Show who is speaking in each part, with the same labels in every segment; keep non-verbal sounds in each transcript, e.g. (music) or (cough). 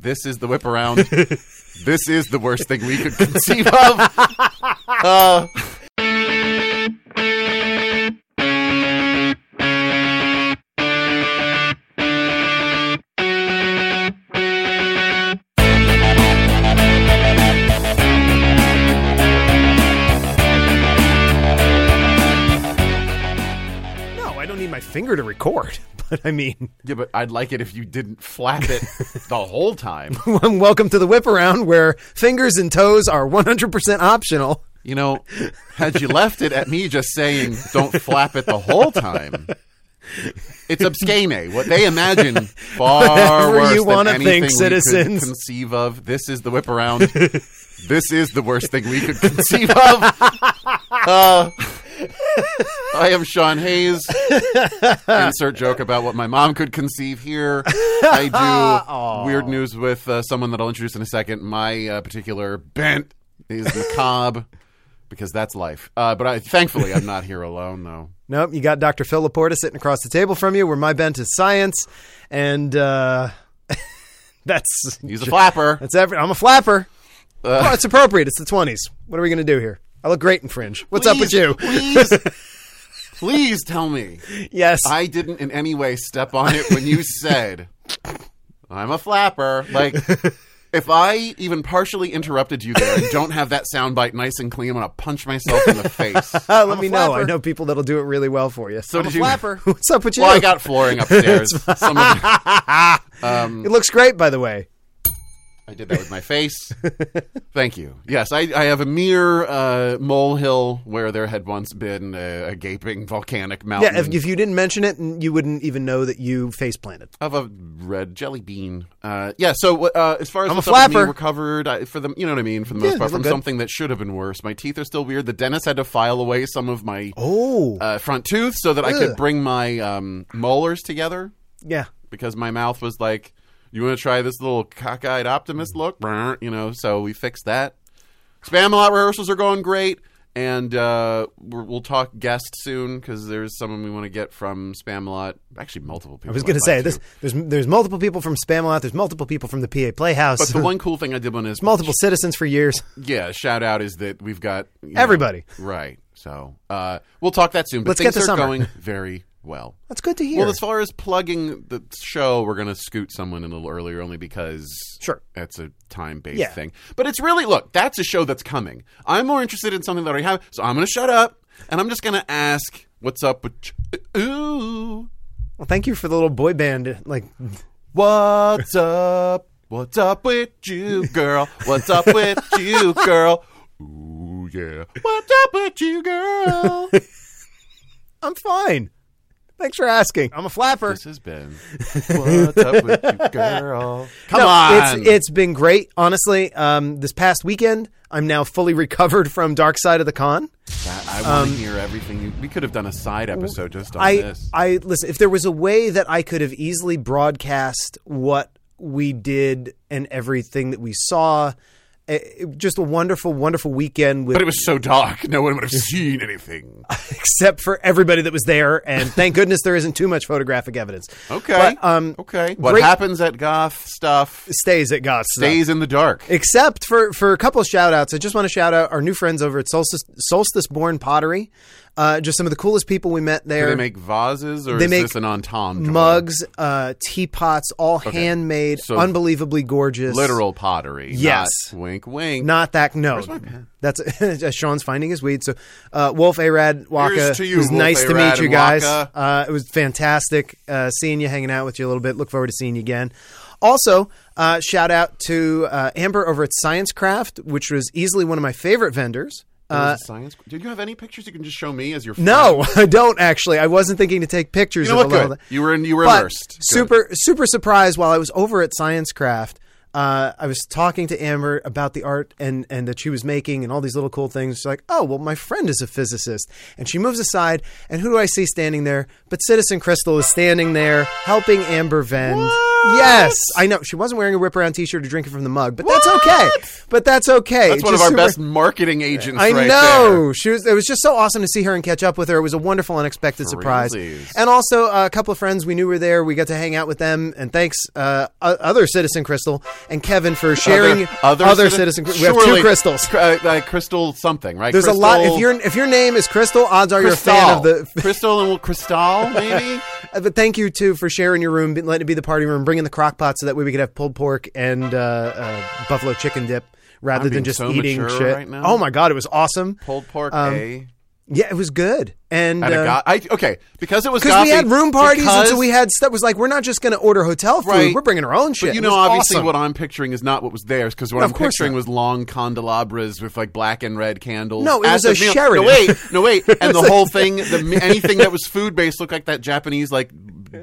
Speaker 1: this is the whip around. this is the worst thing we could conceive of. Uh,
Speaker 2: No, I don't need my finger to record. (laughs) But I mean,
Speaker 1: yeah, but I'd like it if you didn't flap it the whole time.
Speaker 2: welcome to the whip around where fingers and toes are 100% optional.
Speaker 1: You know, had you left it at me just saying, don't flap it the whole time, it's obscene. What they imagine far
Speaker 2: Whatever
Speaker 1: worse
Speaker 2: you
Speaker 1: than
Speaker 2: wanna
Speaker 1: anything
Speaker 2: think,
Speaker 1: we could
Speaker 2: citizens.
Speaker 1: conceive of. This is the whip around. this is the worst thing we could conceive of. Uh, I am Sean Hayes. Insert joke about what my mom could conceive here. I do weird news with uh, someone that I'll introduce in a second. My uh, particular bent is macabre because that's life. Uh, but I, thankfully, I'm not here alone, though.
Speaker 2: Nope, you got Dr. Phil Laporta sitting across the table from you where my bent is science. And uh, (laughs) that's, (laughs)
Speaker 1: He's a flapper.
Speaker 2: that's every, I'm a flapper.
Speaker 1: Uh.
Speaker 2: well, it's appropriate. It's the 20s. What are we going to do here? I look great in fringe. What's up with
Speaker 1: Please,
Speaker 2: you? (laughs)
Speaker 1: Please, please tell me (laughs)
Speaker 2: Yes.
Speaker 1: I didn't in any way step on it when you said I'm a flapper. Like if I even partially interrupted you there and don't have that soundbite nice and clean, I'm gonna punch myself in the
Speaker 2: (laughs)
Speaker 1: face.
Speaker 2: Uh,
Speaker 1: I'm
Speaker 2: let
Speaker 1: a
Speaker 2: me know. I
Speaker 1: flapper.
Speaker 2: know people that'll do it really well for you.
Speaker 1: So
Speaker 2: I'm
Speaker 1: did
Speaker 2: a
Speaker 1: you- (laughs)
Speaker 2: flapper. What's up with you?
Speaker 1: Well, I got flooring upstairs. Some of it-
Speaker 2: it looks great, by the way.
Speaker 1: I did that with my face. (laughs) Thank you. Yes, I, I have a mere uh, molehill where there had once been a, a gaping volcanic mountain
Speaker 2: Yeah, if, if you didn't mention it, n- you wouldn't even know that you face planted.
Speaker 1: of a red jelly bean. Uh, yeah. So uh, as far as
Speaker 2: I'm a
Speaker 1: what's up with me,
Speaker 2: flapper.
Speaker 1: recovered I, for the you know what I mean for the most
Speaker 2: Yeah,
Speaker 1: part
Speaker 2: you
Speaker 1: from
Speaker 2: look good.
Speaker 1: something that should have been worse. My teeth are still weird. The dentist had to file away some of my
Speaker 2: Oh,
Speaker 1: uh, front tooth so that I
Speaker 2: Ugh.
Speaker 1: could bring my um, molars together
Speaker 2: yeah.
Speaker 1: because my mouth was like, "You want to try this little cockeyed
Speaker 2: Mm.
Speaker 1: optimist look?" Brr, You know. So we fixed that. Spamalot rehearsals are going great. And uh, we're, we'll talk guest soon because there's someone we want to get from Spamalot. Actually, multiple people.
Speaker 2: I was going to say this. There's there's multiple people from Spamalot. There's multiple people from the PA Playhouse.
Speaker 1: But the
Speaker 2: (laughs)
Speaker 1: one cool thing I did on is
Speaker 2: multiple citizens for years.
Speaker 1: yeah, shout out is that we've got you know,
Speaker 2: Everybody.
Speaker 1: right. So uh, we'll talk that soon. But
Speaker 2: Let's get
Speaker 1: things
Speaker 2: to
Speaker 1: are
Speaker 2: summer. (laughs)
Speaker 1: going very well.
Speaker 2: That's good to hear.
Speaker 1: Well, as far as plugging the show, we're going to scoot someone in a little earlier only because
Speaker 2: Sure.
Speaker 1: that's a time based
Speaker 2: Yeah.
Speaker 1: thing. But it's really look, that's a show that's coming. I'm more interested in something that I already have, so I'm going to shut up and I'm just going to ask, what's up with ch- ooh,
Speaker 2: Well, thank you for the little boy band. Like, (laughs)
Speaker 1: what's up, what's up with you, girl, what's up with you, girl, ooh yeah, what's up with you, girl.
Speaker 2: I'm fine. Thanks for asking. I'm a flapper.
Speaker 1: This has been what's up with you, girl. Come
Speaker 2: (laughs) No,
Speaker 1: on,
Speaker 2: It's it's been great, honestly. Um, this past weekend, I'm now fully (laughs) recovered from Dark Side of the Con.
Speaker 1: I, I want to hear everything. You, we could have done a side episode just on
Speaker 2: um, I,
Speaker 1: this.
Speaker 2: I listen. If there was a way that I could have easily broadcast what we did and everything that we saw, eh, just a wonderful, wonderful weekend with,
Speaker 1: but it was so dark, no one would have
Speaker 2: (laughs)
Speaker 1: seen anything.
Speaker 2: except for everybody that was there. And thank goodness there isn't too much photographic evidence.
Speaker 1: Okay.
Speaker 2: But, um,
Speaker 1: okay. What
Speaker 2: great-
Speaker 1: happens at goth stuff
Speaker 2: stays at God's
Speaker 1: stays in the dark.
Speaker 2: except for for a couple of shout outs i just want to shout out our new friends over at solstice, solstice born pottery uh, just some of the coolest people we met
Speaker 1: Do
Speaker 2: there
Speaker 1: they make vases, or
Speaker 2: They
Speaker 1: is
Speaker 2: make
Speaker 1: this an entendre?
Speaker 2: mugs uh, teapots all handmade
Speaker 1: So-
Speaker 2: unbelievably gorgeous
Speaker 1: literal pottery.
Speaker 2: Yes.
Speaker 1: Not wink, wink.
Speaker 2: not that no that's (laughs) uh, sean's finding his weed so uh, wolf arad waka
Speaker 1: Here's to you,
Speaker 2: it was
Speaker 1: Wolf
Speaker 2: nice to
Speaker 1: Arad
Speaker 2: meet you
Speaker 1: and
Speaker 2: guys
Speaker 1: Waka.
Speaker 2: uh, it was fantastic uh, seeing you hanging out with you a little bit look forward to seeing you again also uh, shout out to uh, amber over at science craft which was easily one of my favorite vendors Uh,
Speaker 1: There was a science. Do you have any pictures you can just show me as your?
Speaker 2: No, (laughs) I don't actually. I wasn't thinking to take pictures
Speaker 1: You know
Speaker 2: of
Speaker 1: what?
Speaker 2: all
Speaker 1: Good.
Speaker 2: that.
Speaker 1: You were in. You were
Speaker 2: But
Speaker 1: immersed. Good.
Speaker 2: super super surprised while I was over at Science Craft. Uh, I was talking to Amber about the art and, and that she was making and all these little cool things. She's like, "Oh, well, my friend is a physicist," and she moves aside. And who do I see standing there? But Citizen Crystal is standing there helping Amber vend. Yes, I know she wasn't wearing a whip around T-shirt or drinking from the mug, but that's okay. But that's okay.
Speaker 1: That's one of
Speaker 2: Just
Speaker 1: our
Speaker 2: super-
Speaker 1: best marketing agents.
Speaker 2: I
Speaker 1: right
Speaker 2: know
Speaker 1: there.
Speaker 2: she was. It was just so awesome to see her and catch up with her. It was a wonderful, unexpected surprise.
Speaker 1: Crazies.
Speaker 2: And also, uh, a couple of friends we knew were there. We got to hang out with them, and thanks uh, o- other Citizen Crystal and Kevin for sharing other, citizen. We have two
Speaker 1: surely-
Speaker 2: crystals.
Speaker 1: cr- uh, uh, crystal something, right?
Speaker 2: There's a lot. If
Speaker 1: Crystal-
Speaker 2: your if your name is Crystal, odds are
Speaker 1: crystal.
Speaker 2: you're a fan of the. uh,
Speaker 1: crystal and crystal, maybe.
Speaker 2: (laughs) But thank you too for sharing your room, be- letting it be the party room, bringing the crock pot so that way we could have pulled pork and uh, uh, buffalo chicken dip rather than
Speaker 1: being
Speaker 2: just
Speaker 1: so
Speaker 2: eating
Speaker 1: mature
Speaker 2: shit.
Speaker 1: right now.
Speaker 2: Oh my god, it was awesome.
Speaker 1: Pulled pork,
Speaker 2: Um,
Speaker 1: eh?
Speaker 2: Yeah, it was good. And
Speaker 1: At a
Speaker 2: uh,
Speaker 1: go- I, okay, because it was
Speaker 2: Because we
Speaker 1: gothic,
Speaker 2: had room parties, and so
Speaker 1: because-
Speaker 2: we had stuff. It was like we're not just going to order hotel food;
Speaker 1: Right.
Speaker 2: we're bringing our own shit.
Speaker 1: You
Speaker 2: It
Speaker 1: know,
Speaker 2: was
Speaker 1: obviously,
Speaker 2: awesome.
Speaker 1: what I'm picturing is not what was theirs because what
Speaker 2: No,
Speaker 1: I'm
Speaker 2: of course
Speaker 1: picturing
Speaker 2: not.
Speaker 1: was long candelabras with like black and red candles.
Speaker 2: No, it
Speaker 1: at
Speaker 2: was
Speaker 1: the
Speaker 2: a
Speaker 1: meal.
Speaker 2: Sheraton.
Speaker 1: No, wait, no,
Speaker 2: (laughs)
Speaker 1: wait, and the whole thing, the, me- anything that was food based looked like that Japanese like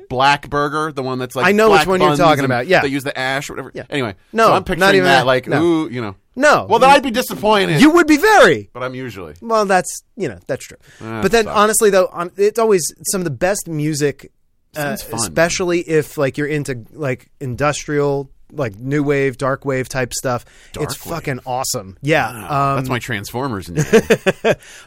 Speaker 1: black burger, the one that's like
Speaker 2: I know
Speaker 1: black
Speaker 2: which one you're
Speaker 1: buns
Speaker 2: talking
Speaker 1: and
Speaker 2: about, yeah.
Speaker 1: they use the ash or whatever.
Speaker 2: Yeah.
Speaker 1: Anyway,
Speaker 2: No,
Speaker 1: so I'm picturing
Speaker 2: not even that,
Speaker 1: like
Speaker 2: no.
Speaker 1: ooh, you know,
Speaker 2: No.
Speaker 1: Well, then I'd be disappointed.
Speaker 2: you would be very
Speaker 1: but I'm usually
Speaker 2: well. That's you know that's true.
Speaker 1: Ah,
Speaker 2: but then
Speaker 1: sucks.
Speaker 2: honestly, though, on, it's always some of the best music, uh,
Speaker 1: Sounds fun.
Speaker 2: especially if like you're into like industrial, like new wave, dark wave type stuff. it's
Speaker 1: wave. Ah.
Speaker 2: fucking awesome. Yeah, um,
Speaker 1: that's my
Speaker 2: (laughs)
Speaker 1: Transformers. Name.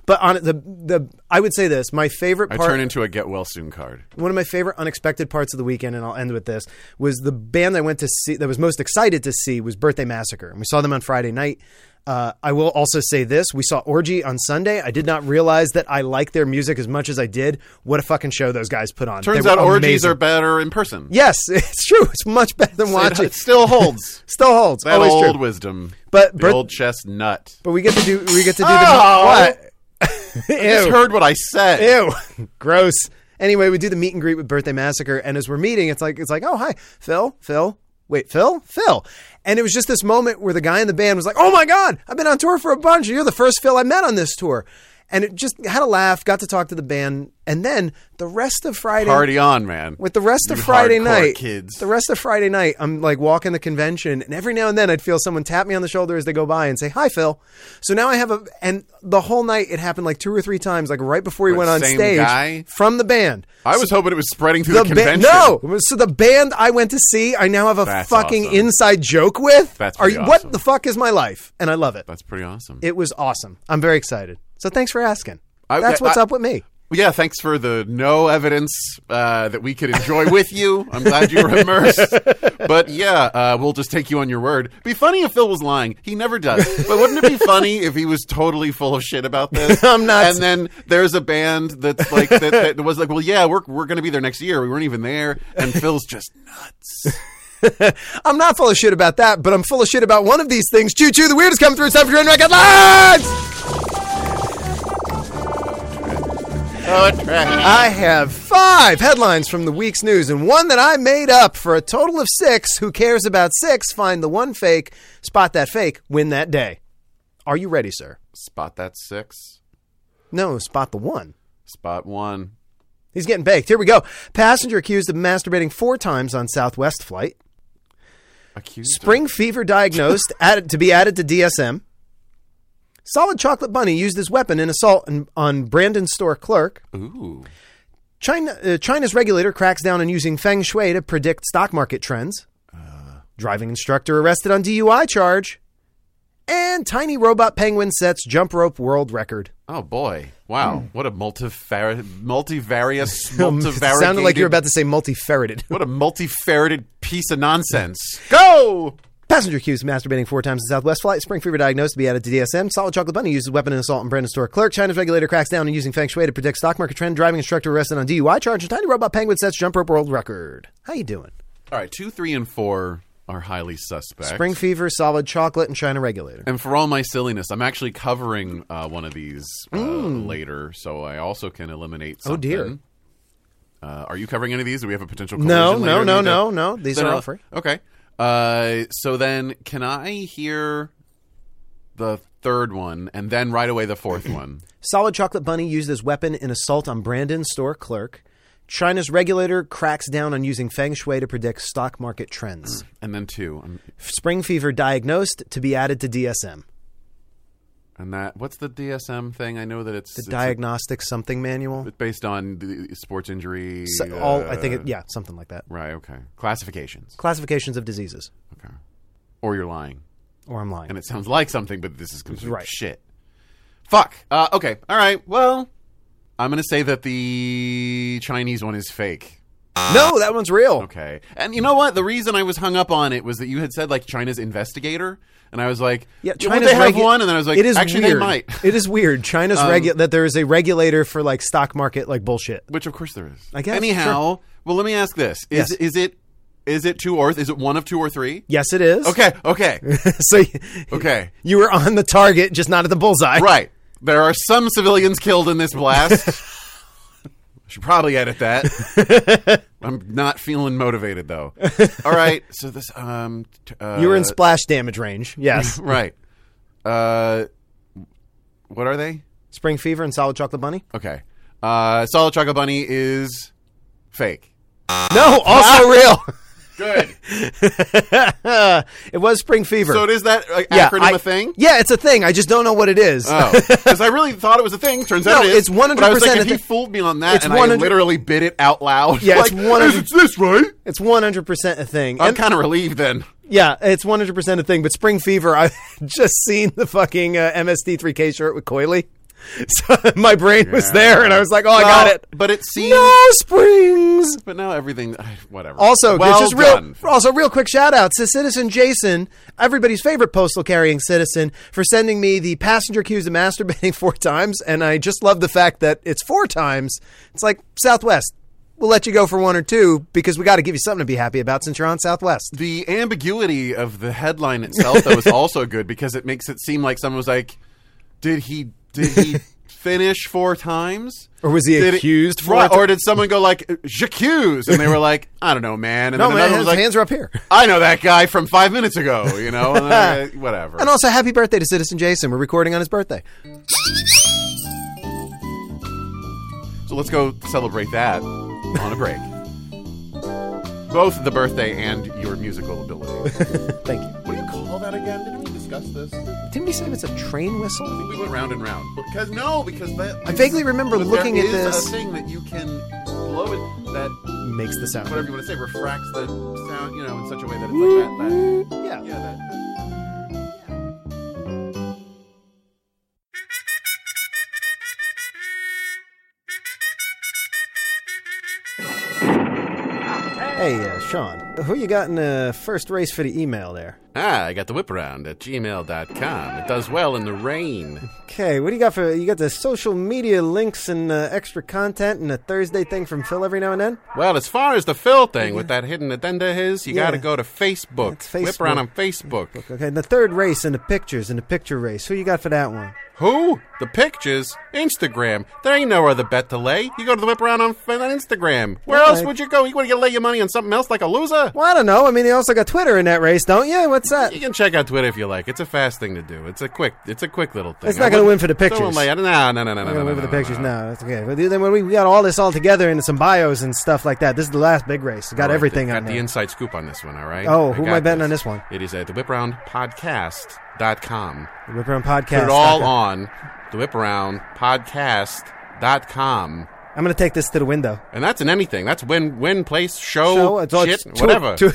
Speaker 2: but on the the I would say this: my favorite
Speaker 1: I
Speaker 2: part.
Speaker 1: turn into a get well soon card.
Speaker 2: one of my favorite unexpected parts of the weekend, and I'll end with this, was the band I went to see that was most excited to see was Birthday Massacre, and we saw them on Friday night. Uh, I will also say this: we saw Orgy on Sunday. I did not realize that I like their music as much as I did. What a fucking show those guys put on!
Speaker 1: Turns
Speaker 2: They were
Speaker 1: out orgies
Speaker 2: amazing.
Speaker 1: are better in person.
Speaker 2: Yes, (laughs) it's true. It's much better
Speaker 1: (laughs)
Speaker 2: than
Speaker 1: It,
Speaker 2: watching.
Speaker 1: it still
Speaker 2: (laughs)
Speaker 1: holds.
Speaker 2: Still holds.
Speaker 1: That
Speaker 2: Always
Speaker 1: old
Speaker 2: true.
Speaker 1: wisdom.
Speaker 2: But
Speaker 1: the
Speaker 2: birth-
Speaker 1: old chestnut.
Speaker 2: But we get to do. We get to do
Speaker 1: Oh!
Speaker 2: (laughs) the what?
Speaker 1: I just
Speaker 2: Ew.
Speaker 1: heard what I said.
Speaker 2: (laughs) Ew, gross. Anyway, we do the meet and greet with Birthday Massacre, and as we're meeting, it's like it's like, oh hi, Phil, Phil, wait, Phil, Phil, and it was just this moment where the guy in the band was like, oh my god, I've been on tour for a bunch. You're the first Phil I met on this tour, and it just had a laugh, got to talk to the band, and then the rest of Friday
Speaker 1: Party on, man.
Speaker 2: with the rest of
Speaker 1: You
Speaker 2: Friday
Speaker 1: hardcore
Speaker 2: night,
Speaker 1: kids.
Speaker 2: the rest of Friday night, I'm like walking the convention, and every now and then I'd feel someone tap me on the shoulder as they go by and say, "Hi, Phil." So now I have a, and the whole night it happened like two or three times, like right before we
Speaker 1: What,
Speaker 2: went on
Speaker 1: same
Speaker 2: stage
Speaker 1: guy?
Speaker 2: from the band.
Speaker 1: I was hoping it was spreading through the,
Speaker 2: The ba-
Speaker 1: convention.
Speaker 2: no, so the band I went to see, I now have a
Speaker 1: That's
Speaker 2: fucking
Speaker 1: awesome.
Speaker 2: inside joke with.
Speaker 1: That's
Speaker 2: Are
Speaker 1: pretty
Speaker 2: you what
Speaker 1: awesome.
Speaker 2: the fuck is my life? And I love it.
Speaker 1: That's pretty awesome.
Speaker 2: It was awesome. I'm very excited. So thanks for asking.
Speaker 1: I-
Speaker 2: That's what's
Speaker 1: I-
Speaker 2: up with me.
Speaker 1: yeah, thanks for the no evidence uh, that we could enjoy with you. I'm glad you were
Speaker 2: (laughs)
Speaker 1: immersed. But yeah, uh, we'll just take you on your word. Be funny if Phil was lying. He never does. But wouldn't it be funny if he was totally full of shit about this?
Speaker 2: (laughs) I'm not-
Speaker 1: And then there's a band that's like that, that was like, well, yeah, we're we're gonna be there next year. We weren't even there, and Phil's just nuts.
Speaker 2: I'm not full of shit about that, but I'm full of shit about one of these things. Choo choo, the weird has come through. It's time for your record lives.
Speaker 1: Oh, trash.
Speaker 2: I have five headlines from the week's news and one that I made up for a total of six. Who cares about six? Find the one fake, spot that fake, win that day. Are you ready, sir?
Speaker 1: Spot that six.
Speaker 2: No, spot the one.
Speaker 1: Spot one.
Speaker 2: He's getting baked. Here we go. Passenger accused of masturbating four times on Southwest flight.
Speaker 1: Accused. of-
Speaker 2: Spring fever diagnosed added, to be added to DSM. Solid chocolate bunny used as weapon in assault on, on Brandon store clerk.
Speaker 1: Ooh.
Speaker 2: China, uh, China's regulator cracks down on using feng shui to predict stock market trends. Driving instructor arrested on DUI charge. And tiny robot penguin sets jump rope world record.
Speaker 1: Oh boy!
Speaker 2: Hmm.
Speaker 1: Wow! What a multivar- multivarious,
Speaker 2: (laughs) it sounded like you
Speaker 1: multivarigated-
Speaker 2: were about to say multi-ferreted.
Speaker 1: What a multifaried piece of nonsense! Go!
Speaker 2: Passenger accused of masturbating four times in Southwest flight. Spring fever diagnosed to be added to DSM. Solid chocolate bunny uses weapon in assault on Brandon store clerk. China's regulator cracks down on using feng shui to predict stock market trend. Driving instructor arrested on DUI charge. And tiny robot penguin sets jump rope world record. How you doing?
Speaker 1: All right, two, three, and four are highly suspect.
Speaker 2: Spring fever, solid chocolate, and China regulator.
Speaker 1: And for all my silliness, I'm actually covering uh, one of these uh, later, so I also can eliminate. Something.
Speaker 2: Hmm. Oh, dear.
Speaker 1: Uh, are you covering any of these? Do we have a potential?
Speaker 2: No,
Speaker 1: collision
Speaker 2: no,
Speaker 1: later?
Speaker 2: no,
Speaker 1: Need to-
Speaker 2: no, no. These
Speaker 1: Then
Speaker 2: are
Speaker 1: I'll-
Speaker 2: all free.
Speaker 1: Okay. Uh, so then, can I hear the third one and then right away the
Speaker 2: (coughs)
Speaker 1: fourth one?
Speaker 2: Solid chocolate bunny used as weapon in assault on Brandon store clerk. China's regulator cracks down on using feng shui to predict stock market trends.
Speaker 1: and then 2 Um,
Speaker 2: Spring fever diagnosed to be added to DSM.
Speaker 1: and that what's the DSM thing? I know that it's, it's
Speaker 2: Diagnostic something manual.
Speaker 1: it's based on the sports injury.
Speaker 2: So-
Speaker 1: uh,
Speaker 2: all I think it, yeah, something like that.
Speaker 1: right. Okay. Classifications.
Speaker 2: Classifications of diseases.
Speaker 1: Okay. Or you're lying,
Speaker 2: Or I'm lying.
Speaker 1: and it sounds like something, but this is complete
Speaker 2: Right.
Speaker 1: shit. Fuck. Uh, okay. All right. Well, I'm gonna say that the Chinese one is fake.
Speaker 2: No, that one's real.
Speaker 1: Okay. And you know what? The reason I was hung up on it was that you had said like China's investigator, and I was like,
Speaker 2: Yeah,
Speaker 1: China
Speaker 2: China's
Speaker 1: they have
Speaker 2: regu-
Speaker 1: one, and then I was like,
Speaker 2: it is
Speaker 1: actually
Speaker 2: weird.
Speaker 1: they might. (laughs)
Speaker 2: (laughs)
Speaker 1: Um,
Speaker 2: It is weird. China's regu- that there is a regulator for like stock market like bullshit.
Speaker 1: Which of course there is.
Speaker 2: I guess,
Speaker 1: Anyhow, well, let me ask this: Is
Speaker 2: Yes.
Speaker 1: is it is it two or is it one of two or three?
Speaker 2: Yes, it is.
Speaker 1: Okay. Okay.
Speaker 2: (laughs) so y- (laughs)
Speaker 1: Okay.
Speaker 2: you were on the target, just not at the bullseye.
Speaker 1: Right. There are some civilians killed in this blast.
Speaker 2: (laughs)
Speaker 1: I should probably edit that.
Speaker 2: (laughs)
Speaker 1: I'm not feeling motivated though. All right. So this um t- uh,
Speaker 2: You were in splash
Speaker 1: (laughs)
Speaker 2: damage range. Yes.
Speaker 1: right. Uh, what are they?
Speaker 2: Spring fever and solid
Speaker 1: (laughs)
Speaker 2: chocolate bunny.
Speaker 1: Okay. Uh, Solid Chocolate Bunny is fake.
Speaker 2: No,
Speaker 1: (laughs)
Speaker 2: also
Speaker 1: Good.
Speaker 2: real. (laughs) it was spring
Speaker 1: (laughs)
Speaker 2: fever.
Speaker 1: so it is that uh, acronym
Speaker 2: I-
Speaker 1: a thing?
Speaker 2: Yeah, it's a thing. I just don't know what it is.
Speaker 1: Oh, because I really thought it was a thing. Turns out
Speaker 2: No,
Speaker 1: it is.
Speaker 2: it's 100%
Speaker 1: But I was like,
Speaker 2: a
Speaker 1: if he
Speaker 2: thing.
Speaker 1: fooled me on that,
Speaker 2: It's
Speaker 1: and
Speaker 2: 100
Speaker 1: I literally bid it out loud.
Speaker 2: Yeah, it's
Speaker 1: like, (laughs)
Speaker 2: 100
Speaker 1: "Is It's this right.
Speaker 2: (laughs) It's 100% a thing.
Speaker 1: I'm
Speaker 2: And-
Speaker 1: kind of relieved then.
Speaker 2: yeah, it's 100% a thing. But spring fever, I've (laughs) just seen the fucking uh, MSD3K shirt with Coily. (laughs) So my brain was there, and I was like, oh, I got
Speaker 1: Well, (laughs)
Speaker 2: it.
Speaker 1: But it seems.
Speaker 2: No springs.
Speaker 1: But now everything, (sighs) whatever.
Speaker 2: Also,
Speaker 1: well
Speaker 2: just real,
Speaker 1: done.
Speaker 2: also real quick shout outs to Citizen Jason, everybody's favorite postal carrying citizen, for sending me the passenger cues of masturbating (laughs) four times. And I just love the fact that it's four times. It's like Southwest. We'll let you go for one or two because we got to give you something to be happy about since you're on Southwest.
Speaker 1: the ambiguity of the headline itself though is also good because it makes it seem like someone was like, "Did he? Did
Speaker 2: (laughs)
Speaker 1: he finish four times?"
Speaker 2: Or was he
Speaker 1: Did it-
Speaker 2: accused four
Speaker 1: Right,
Speaker 2: ti-
Speaker 1: or did someone go like "j'accuse" and they were like, "I don't know, man." And
Speaker 2: No,
Speaker 1: then
Speaker 2: Oh, man,
Speaker 1: another
Speaker 2: his
Speaker 1: was like,
Speaker 2: hands are up here.
Speaker 1: "I know that guy from five minutes ago," you
Speaker 2: (laughs)
Speaker 1: know, and then, uh, whatever.
Speaker 2: And also, happy birthday to Citizen Jason. We're recording on his birthday.
Speaker 1: so let's go celebrate that on a break. Both the birthday and your musical
Speaker 2: (laughs)
Speaker 1: ability.
Speaker 2: Thank you.
Speaker 1: what do you call that again? Didn't we discuss this? I
Speaker 2: Didn't we say it's a train whistle?
Speaker 1: think we went round and round. Because no, because that
Speaker 2: I vaguely remember
Speaker 1: But
Speaker 2: looking
Speaker 1: there
Speaker 2: at
Speaker 1: is
Speaker 2: this.
Speaker 1: a thing that you can blow it that
Speaker 2: Makes the sound.
Speaker 1: whatever you want to say refracts the sound, you know, in such a way that it's like that. that
Speaker 2: Yeah.
Speaker 1: yeah, that.
Speaker 2: Hey, uh, Sean, who you got in the first race for the email there?
Speaker 1: Ah, I got the whip around at gmail.com. It does well in the rain.
Speaker 2: Okay, what do you got for you got the social media links and uh, extra content and a Thursday thing from Phil every now and then?
Speaker 1: Well, as far as the Phil thing with that hidden agenda is, you
Speaker 2: Yeah.
Speaker 1: gotta go to Facebook.
Speaker 2: It's
Speaker 1: Whip around
Speaker 2: Facebook.
Speaker 1: on Facebook.
Speaker 2: Okay, and the third race and the pictures and the picture race. Who you got for that one?
Speaker 1: Who? The pictures? Instagram. There ain't no other bet to lay. You go to the whip around on, on Instagram. Where
Speaker 2: Okay.
Speaker 1: else would you go? You want to lay your money on something else like a loser?
Speaker 2: Well, I don't know. I mean, you also got Twitter in that race, don't you? What's that?
Speaker 1: You can check out Twitter if you like. It's a fast thing to do. It's a quick. It's a quick little thing.
Speaker 2: It's not gonna
Speaker 1: I wouldn't-
Speaker 2: win for the pictures.
Speaker 1: Someone lay- No, no, no, no, no,
Speaker 2: I'm
Speaker 1: no,
Speaker 2: gonna
Speaker 1: no,
Speaker 2: move to the
Speaker 1: no,
Speaker 2: pictures
Speaker 1: no, no.
Speaker 2: now. That's okay. But then when we, we got all this all together into some bios and stuff like that, this is the last big race. Got
Speaker 1: All right,
Speaker 2: everything
Speaker 1: got
Speaker 2: on
Speaker 1: the
Speaker 2: there.
Speaker 1: inside scoop on this one. All right.
Speaker 2: Oh, who am
Speaker 1: got
Speaker 2: I betting on this one?
Speaker 1: It is at the whiparoundpodcast.com.
Speaker 2: The Ripper on podcast.
Speaker 1: Put it all on the whiparoundpodcast.com.
Speaker 2: I'm gonna take this to the window.
Speaker 1: And that's in anything. That's win, win, place, show,
Speaker 2: So it's all-
Speaker 1: Oh, shit,
Speaker 2: it's two-
Speaker 1: whatever. (laughs)
Speaker 2: two-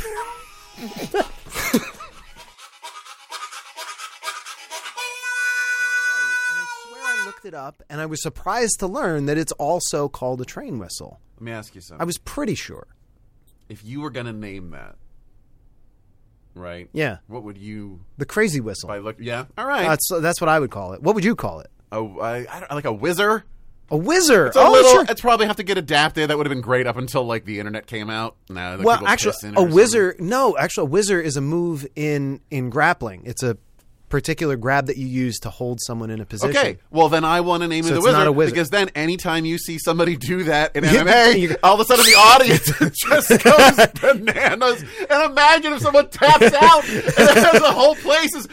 Speaker 2: And I swear I looked it up, and I was surprised to learn that it's also called a train whistle.
Speaker 1: Let me ask you something.
Speaker 2: I was pretty sure.
Speaker 1: if you were gonna name that, right?
Speaker 2: Yeah.
Speaker 1: What would you
Speaker 2: The crazy whistle.
Speaker 1: by look? Yeah. All right.
Speaker 2: That's that's what I would call it. What would you call it?
Speaker 1: a, I, I don't, like a whizzer.
Speaker 2: A whizzer.
Speaker 1: It's a
Speaker 2: oh,
Speaker 1: little.
Speaker 2: sure.
Speaker 1: It's probably have to get adapted. That would have been great up until like the internet came out. Now, like,
Speaker 2: Well,
Speaker 1: people
Speaker 2: actually,
Speaker 1: piss in it
Speaker 2: a
Speaker 1: or
Speaker 2: whizzer. No, actually, a whizzer is a move in in grappling. It's a particular grab that you use to hold someone in a
Speaker 1: something.
Speaker 2: position.
Speaker 1: Okay, well then I want to name it the
Speaker 2: it's not
Speaker 1: wizard,
Speaker 2: a wizard.
Speaker 1: because then anytime you see somebody do that in
Speaker 2: (laughs) Yeah,
Speaker 1: MMA,
Speaker 2: you-
Speaker 1: all of a sudden the
Speaker 2: (laughs)
Speaker 1: audience (laughs) just goes bananas. And imagine if someone
Speaker 2: (laughs)
Speaker 1: taps out and then the whole place is.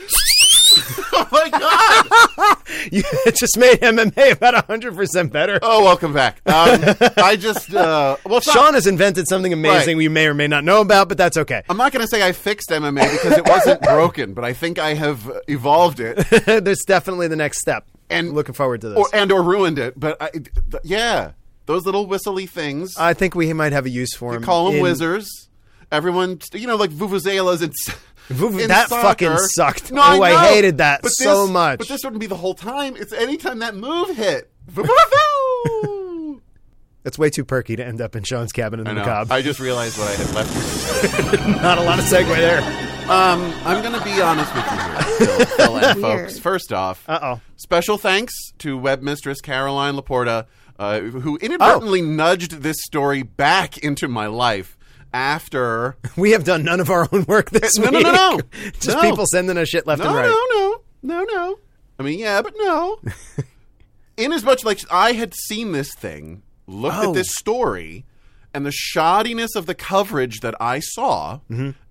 Speaker 1: (laughs) oh my god!
Speaker 2: (laughs) You- (laughs) it just made MMA about hundred percent better.
Speaker 1: Oh, welcome back. Um, I just uh, well, it's not-
Speaker 2: Sean has invented something amazing we may or may not know about, but that's okay.
Speaker 1: I'm not going to say I fixed MMA because it wasn't broken, but I think I have evolved it.
Speaker 2: (laughs) There's definitely the next step.
Speaker 1: And-
Speaker 2: looking forward to this.
Speaker 1: or and or ruined it. But I, th- yeah, those little whistly things.
Speaker 2: I think we might have a use for him.
Speaker 1: call them
Speaker 2: in-
Speaker 1: whizzers. Everyone, you know, like vuvuzelas and. s-
Speaker 2: Vuvu-
Speaker 1: in
Speaker 2: that
Speaker 1: soccer.
Speaker 2: fucking sucked.
Speaker 1: No, I,
Speaker 2: Oh, I
Speaker 1: know.
Speaker 2: hated that
Speaker 1: But
Speaker 2: so
Speaker 1: this- (laughs)
Speaker 2: much.
Speaker 1: But this wouldn't be the whole time. It's anytime that move hit. Vuvuvu.
Speaker 2: That's way too perky to end up in Sean's cabin in the
Speaker 1: I know.
Speaker 2: macabre.
Speaker 1: I just realized what I had left.
Speaker 2: (laughs) Not a lot of segue there.
Speaker 1: Um, I'm going to be honest with
Speaker 2: (laughs)
Speaker 1: you here, Phil, Phil and
Speaker 3: Weird.
Speaker 1: folks. First off,
Speaker 2: Uh oh.
Speaker 1: Special thanks to webmistress Caroline Laporta, uh, who inadvertently
Speaker 2: Oh.
Speaker 1: nudged this story back into my life
Speaker 2: (laughs)
Speaker 1: after.
Speaker 2: We have done none of our own work this
Speaker 1: No, no,
Speaker 2: week.
Speaker 1: no, no.
Speaker 2: (laughs) Just
Speaker 1: No.
Speaker 2: people sending us shit left
Speaker 1: No,
Speaker 2: and right.
Speaker 1: no, no, no, no. I mean, yeah, but
Speaker 2: (laughs)
Speaker 1: no. Inasmuch like I had seen this thing, looked
Speaker 2: Oh.
Speaker 1: at this story, and the shoddiness of the coverage that I saw,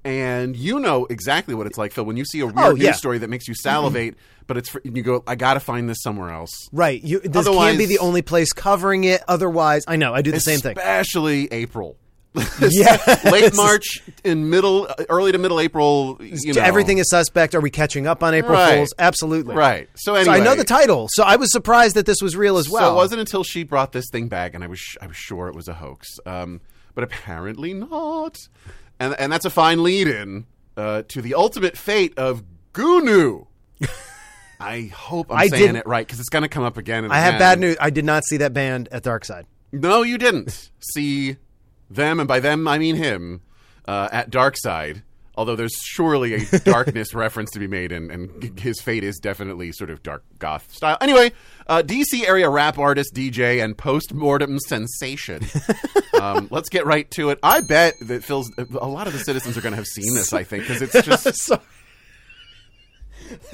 Speaker 1: and you know exactly what it's like, Phil, when you see a weird
Speaker 2: Mm-hmm. Oh,
Speaker 1: news
Speaker 2: yeah.
Speaker 1: story that makes you salivate, but it's fr- and you go, I got to find this somewhere else.
Speaker 2: Right. You, this can't
Speaker 1: Otherwise-
Speaker 2: be the only place covering it. Otherwise, I know. I do the same thing.
Speaker 1: Especially April. (laughs)
Speaker 2: Yeah. (laughs)
Speaker 1: Late March and middle, uh, early to middle April. You know.
Speaker 2: Everything is suspect. Are we catching up on April
Speaker 1: Right.
Speaker 2: Fools? Absolutely.
Speaker 1: right. So
Speaker 2: So
Speaker 1: anyway,
Speaker 2: I know the title. So I was surprised that this was real as well.
Speaker 1: So it wasn't until she brought this thing back, and I was sh- I was sure it was a hoax, um, but apparently not. And and that's a fine lead-in uh, to the ultimate fate of
Speaker 2: (laughs)
Speaker 1: Gunu. I hope I'm
Speaker 2: I
Speaker 1: saying
Speaker 2: didn't-
Speaker 1: it right because it's going to come up again. And
Speaker 2: I have
Speaker 1: again.
Speaker 2: bad news. I did not see that band at Darkside. (laughs)
Speaker 1: No, you didn't see them, and by them I mean him uh, at Darkside. Although there's surely
Speaker 2: (laughs)
Speaker 1: a darkness reference to be made, and, and his fate is definitely sort of dark goth style. Anyway, uh, DC area rap artist, DJ, and post mortem sensation.
Speaker 2: (laughs)
Speaker 1: um, let's get right to it. I bet that Phil's a lot of the citizens are going to have seen this. I think because it's just
Speaker 2: (laughs) So-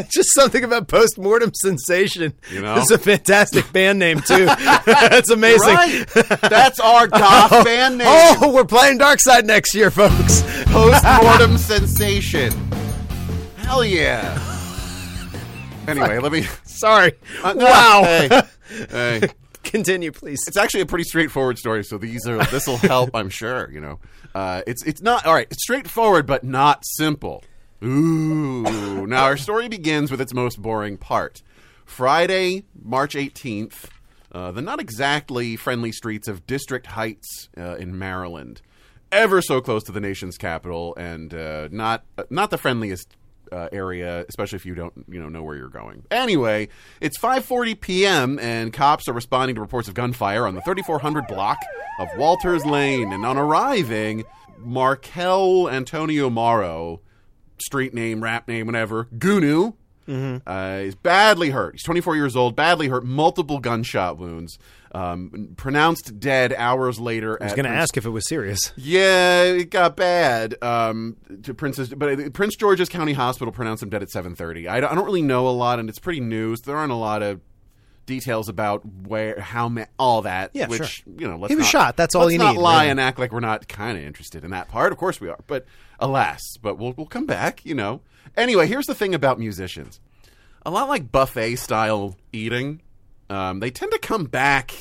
Speaker 2: Just something about post mortem sensation.
Speaker 1: You know?
Speaker 2: This is a fantastic band name, too. (laughs) That's amazing.
Speaker 1: right. That's our goth fan name.
Speaker 2: (laughs) Oh, we're playing Darkside next year, folks. (laughs)
Speaker 1: postmortem sensation. Hell yeah. Anyway, let me.
Speaker 2: Sorry.
Speaker 1: uh, no,
Speaker 2: wow.
Speaker 1: hey, hey.
Speaker 2: (laughs) Continue, please.
Speaker 1: It's actually a pretty straightforward story, so these are this will help, I'm sure. You know, uh, it's it's not all right. It's straightforward, but not simple. Ooh. Now our story begins with its most boring part. Friday, March 18th, uh, the not exactly friendly streets of District Heights uh, in Maryland, ever so close to the nation's capital, and uh, not not the friendliest uh, area, especially if you don't you know know where you're going. Anyway, it's 5:40 p.m. and cops are responding to reports of gunfire on the 3400 block of Walters Lane. And on arriving, Markel Antonio Morrow, street name, rap name, whatever, Gunu. Uh, is badly hurt. He's 24 years old, badly hurt, multiple gunshot wounds, um, pronounced dead hours later. I
Speaker 2: was going to ask if it was serious.
Speaker 1: yeah, it got bad. Um, to Princess, but uh, Prince George's County Hospital pronounced him dead at seven thirty. I, don't- I don't really know a lot, and it's pretty new. So there aren't a lot of details about where, how, ma- all that.
Speaker 2: Yeah,
Speaker 1: which
Speaker 2: sure.
Speaker 1: you know, let's
Speaker 2: He was
Speaker 1: not-
Speaker 2: shot. That's all
Speaker 1: let's
Speaker 2: you
Speaker 1: not
Speaker 2: need,
Speaker 1: Lie
Speaker 2: really.
Speaker 1: and act like we're not kind of interested in that part. Of course we are, but alas, but we'll we'll come back. You know. Anyway, here's the thing about musicians: a lot like buffet style eating. Um, they tend to come
Speaker 2: (laughs)
Speaker 1: back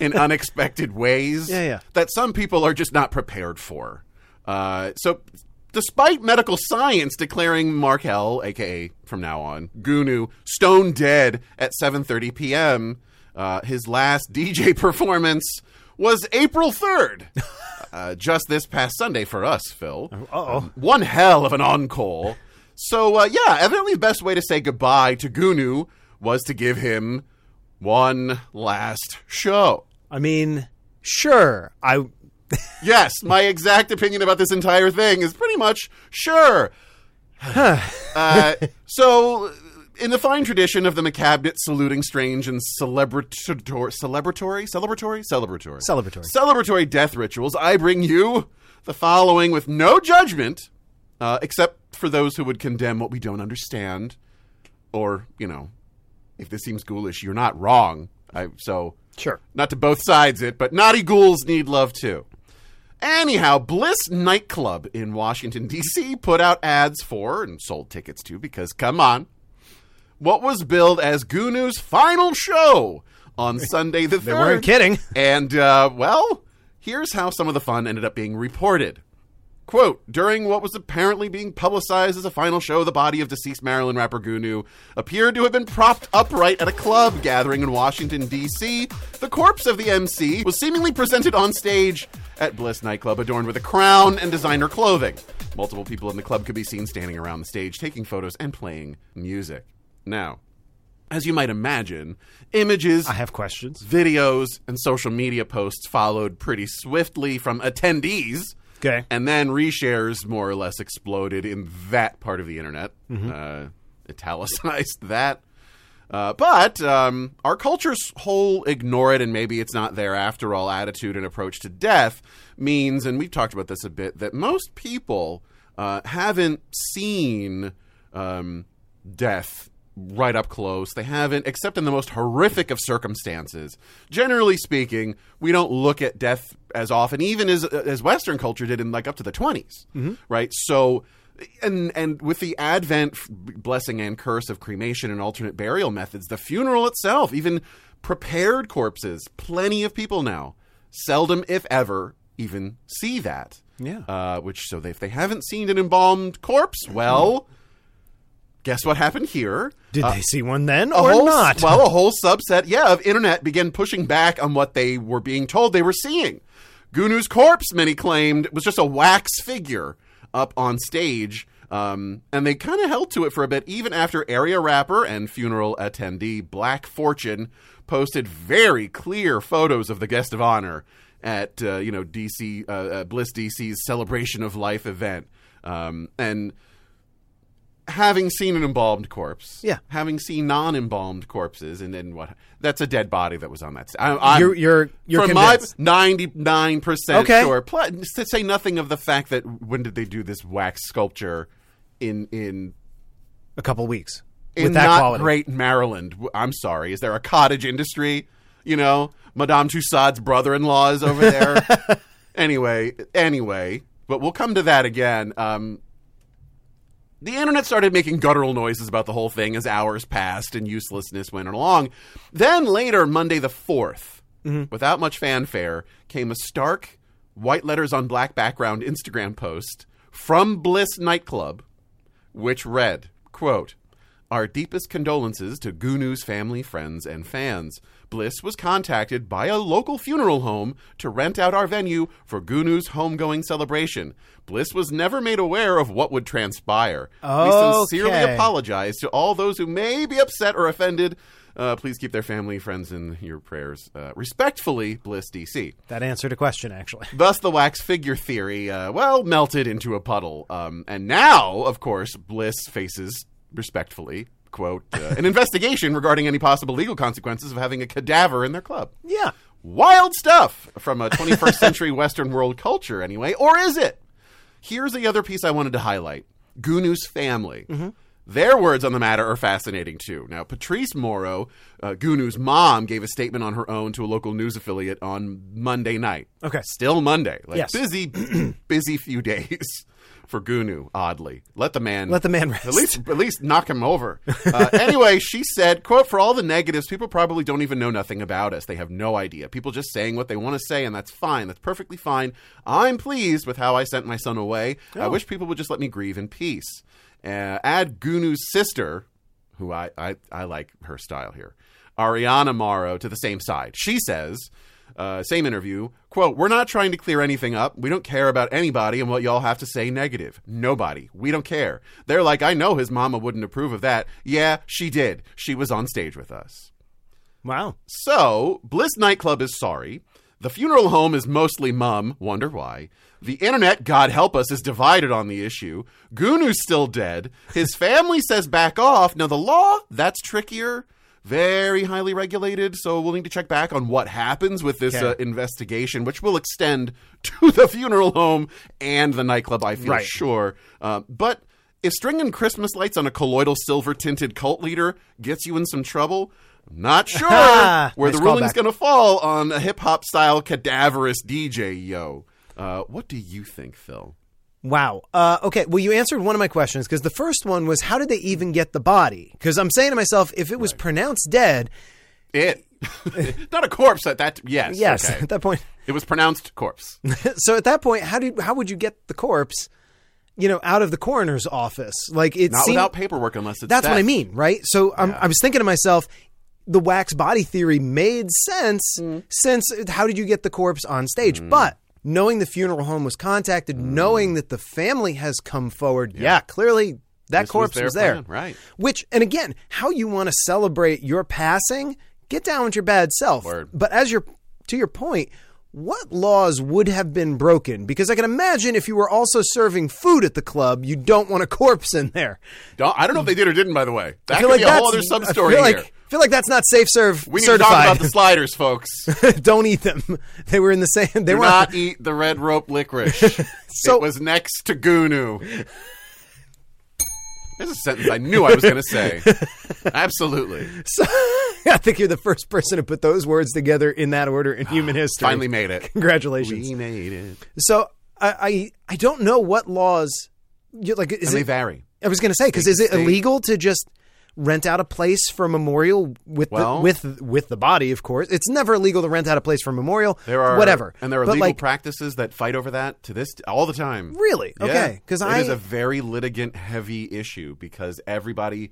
Speaker 1: in unexpected ways
Speaker 2: Yeah, yeah.
Speaker 1: that some people are just not prepared for. Uh, so, despite medical science declaring Markel, aka from now on Gunu, stone dead at 7:30 p.m., uh, his last DJ (laughs) performance was April 3rd, (laughs) uh, just this past Sunday for us, Phil. Um,
Speaker 2: Uh-oh.
Speaker 1: One hell of an encore. So, uh, yeah, evidently the best way to say goodbye to Gunu was to give him one last show.
Speaker 2: I mean, sure. I
Speaker 1: Yes, my exact opinion about this entire thing is pretty much sure. uh, so, in the fine tradition of the macabre saluting strange and celebratory, celebratory, celebratory, celebratory,
Speaker 2: Celebratory.
Speaker 1: celebratory death rituals, I bring you the following with no judgment, uh, except for those who would condemn what we don't understand, or you know, if this seems ghoulish, you're not wrong. I, so
Speaker 2: sure.
Speaker 1: not to both sides it, but naughty ghouls need love too. Anyhow, Bliss Nightclub in Washington, D.C. put out ads for and sold tickets to because come on. What was billed as Gunu's final show
Speaker 2: (laughs)
Speaker 1: on Sunday the 3rd.
Speaker 2: They weren't kidding.
Speaker 1: And, uh, well, here's how some of the fun ended up being reported. Quote, during what was apparently being publicized as a final show, the body of deceased Maryland rapper Gunu appeared to have been propped upright at a club gathering in Washington, D.C. The corpse of the MC was seemingly presented on stage at Bliss nightclub adorned with a crown and designer clothing. Multiple people in the club could be seen standing around the stage taking photos and playing music. Now, As you might imagine, images,
Speaker 2: I have questions.
Speaker 1: videos, and social media posts followed pretty swiftly from attendees.
Speaker 2: Okay.
Speaker 1: And then reshares more or less exploded in that part of the internet. Uh, italicized (laughs) that. Uh, but um, our culture's whole ignore it and maybe it's not there after all attitude and approach to death means, and we've talked about this a bit, that most people uh, haven't seen um, death right up close. They haven't, except in the most horrific of circumstances. Generally speaking, we don't look at death as often, even as as Western culture did in like up to the 20s right? So. And and with the advent, f- blessing and curse of cremation and alternate burial methods, the funeral itself, even prepared corpses, plenty of people now seldom, if ever, even see that.
Speaker 2: Yeah.
Speaker 1: Uh, which so they, if they haven't seen an embalmed corpse, well, guess what happened here?
Speaker 2: Did they see one then
Speaker 1: Uh, a
Speaker 2: or
Speaker 1: whole,
Speaker 2: not?
Speaker 1: Well, a whole subset, yeah, of internet began pushing back on what they were being told they were seeing. Gunu's corpse, many claimed, was just a wax figure up on stage. Um, and they kind of held to it for a bit, even after area rapper and funeral attendee Black Fortune posted very clear photos of the guest of honor at uh, you know DC uh, uh, Bliss DC's celebration of life event. Um, and having seen an embalmed corpse,
Speaker 2: Yeah.
Speaker 1: having seen non-embalmed corpses, and then what? That's a dead body that was on that. St- I, am
Speaker 2: You're- you're- you're
Speaker 1: from
Speaker 2: convinced.
Speaker 1: my ninety-nine percent
Speaker 2: Okay.
Speaker 1: sure. Plus, to say nothing of the fact that when did they do this wax sculpture in in
Speaker 2: a couple weeks
Speaker 1: in
Speaker 2: with that
Speaker 1: not
Speaker 2: quality.
Speaker 1: great Maryland? W- I'm sorry, is there a cottage industry? You know, Madame Tussaud's brother-in-law is over
Speaker 2: (laughs)
Speaker 1: there. anyway, anyway, but we'll come to that again. Um, the internet started making guttural noises about the whole thing as hours passed and uselessness went along. Then later, Monday the 4th,
Speaker 2: Mm-hmm.
Speaker 1: without much fanfare, came a stark, white letters on black background Instagram post from Bliss Nightclub, which read, quote, our deepest condolences to Gunu's family, friends, and fans. Bliss was contacted by a local funeral home to rent out our venue for Gunu's homegoing celebration. Bliss was never made aware of what would transpire. We sincerely
Speaker 2: Okay.
Speaker 1: apologize to all those who may be upset or offended. Uh, please keep their family, friends, in your prayers. Uh, respectfully, Bliss DC.
Speaker 2: That answered a
Speaker 1: (laughs)
Speaker 2: question, actually.
Speaker 1: Thus, the wax figure theory, uh, well, melted into a puddle. Um, and now, of course, Bliss faces, respectfully, quote, uh, an investigation regarding any possible legal consequences of having a cadaver in their club.
Speaker 2: Yeah.
Speaker 1: Wild stuff from a 21st century Western world culture, anyway. Or is it? Here's the other piece I wanted to highlight Gunu's family. Their words on the matter are fascinating, too. Now, Patrice Morrow, uh, Gunu's mom, gave a statement on her own to a local news affiliate on Monday night.
Speaker 2: Okay.
Speaker 1: Still Monday. Like,
Speaker 2: Yes. (clears throat)
Speaker 1: Busy, busy few days (laughs) for Gunu, oddly. Let the man.
Speaker 2: Let the man rest.
Speaker 1: At
Speaker 2: (laughs)
Speaker 1: least, at least knock him over. Uh, anyway, she said, "quote For all the negatives, people probably don't even know nothing about us. They have no idea. People just saying what they want to say, and that's fine. That's perfectly fine. I'm pleased with how I sent my son away.
Speaker 2: Oh.
Speaker 1: I wish people would just let me grieve in peace." Uh, add Gunu's sister, who I, I I like her style here, Ariana Morrow, to the same side. She says. Uh, same interview quote we're not trying to clear anything up we don't care about anybody and what y'all have to say negative nobody we don't care they're like i know his mama wouldn't approve of that yeah she did she was on stage with us
Speaker 2: Wow.
Speaker 1: so bliss nightclub is sorry the funeral home is mostly mum wonder why the internet god help us is divided on the issue gunu's still dead his family says back off now the law that's trickier very highly regulated so we'll need to check back on what happens with this
Speaker 2: Okay.
Speaker 1: uh, investigation, which will extend (laughs) to the funeral home and the nightclub, I feel
Speaker 2: Right.
Speaker 1: sure. Uh, but if stringing Christmas lights on a colloidal silver tinted cult leader gets you in some trouble, I'm
Speaker 2: (laughs)
Speaker 1: not sure where the
Speaker 2: Ah, Nice
Speaker 1: ruling's
Speaker 2: callback.
Speaker 1: going to fall on a hip hop style cadaverous DJ, yo. Uh, what do you think, Phil?
Speaker 2: Wow. Uh, okay. Well, you answered one of my questions because the first one was how did they even get the body? Because I'm saying to myself, if it was pronounced dead,
Speaker 1: It. (laughs) Not a corpse at that. Yes.
Speaker 2: yes,
Speaker 1: okay.
Speaker 2: at that point. (laughs)
Speaker 1: It was pronounced corpse.
Speaker 2: so at that point, how do you, how would you get the corpse? You know, out of the coroner's office, like it
Speaker 1: Not
Speaker 2: seemed-
Speaker 1: without paperwork, unless it's
Speaker 2: That's what I
Speaker 1: theft.
Speaker 2: mean, right? So um, I was thinking to myself, the wax body theory made sense since how did you get the corpse on stage?
Speaker 1: Mm-hmm.
Speaker 2: But knowing the funeral home was contacted, knowing that the family has come forward, yeah, clearly
Speaker 1: This
Speaker 2: That
Speaker 1: was
Speaker 2: corpse
Speaker 1: their
Speaker 2: was there.
Speaker 1: plan, right.
Speaker 2: Which, and again, how you want to celebrate your passing, get down with your bad self.
Speaker 1: Word.
Speaker 2: But as your to your point, what laws would have been broken? Because I can imagine if you were also serving food at the club, you don't want a corpse in there.
Speaker 1: Don't, I don't know if they did or didn't, by the way. That
Speaker 2: I
Speaker 1: could
Speaker 2: feel like
Speaker 1: be a whole
Speaker 2: that's-
Speaker 1: other sub story
Speaker 2: I feel
Speaker 1: here.
Speaker 2: like, I feel like that's not safe serve
Speaker 1: we need to talk
Speaker 2: certified.
Speaker 1: about the sliders,
Speaker 2: (laughs)
Speaker 1: folks.
Speaker 2: don't eat them. (laughs) They were in the same. They
Speaker 1: Do
Speaker 2: were
Speaker 1: not eat the red rope
Speaker 2: (laughs)
Speaker 1: licorice.
Speaker 2: So-
Speaker 1: it was next to Gunu. This is a sentence I knew I was going to
Speaker 2: (laughs)
Speaker 1: say. Absolutely.
Speaker 2: (laughs) So, I think you're the first person to put those words together in that
Speaker 1: (sighs)
Speaker 2: order in human history.
Speaker 1: Finally made
Speaker 2: (laughs)
Speaker 1: it.
Speaker 2: Congratulations.
Speaker 1: We made it.
Speaker 2: So I, I I don't know what laws you like is
Speaker 1: They
Speaker 2: it,
Speaker 1: vary.
Speaker 2: I was going to say cuz is it
Speaker 1: state.
Speaker 2: illegal to just rent out a place for a memorial with
Speaker 1: Well-
Speaker 2: the, with with the body of course. It's never illegal to rent out a place for a memorial.
Speaker 1: There are
Speaker 2: whatever.
Speaker 1: and there are
Speaker 2: but
Speaker 1: legal
Speaker 2: like
Speaker 1: practices that fight over that to this all the time.
Speaker 2: really?
Speaker 1: Yeah.
Speaker 2: Okay, cuz I
Speaker 1: it is a very litigant heavy issue because everybody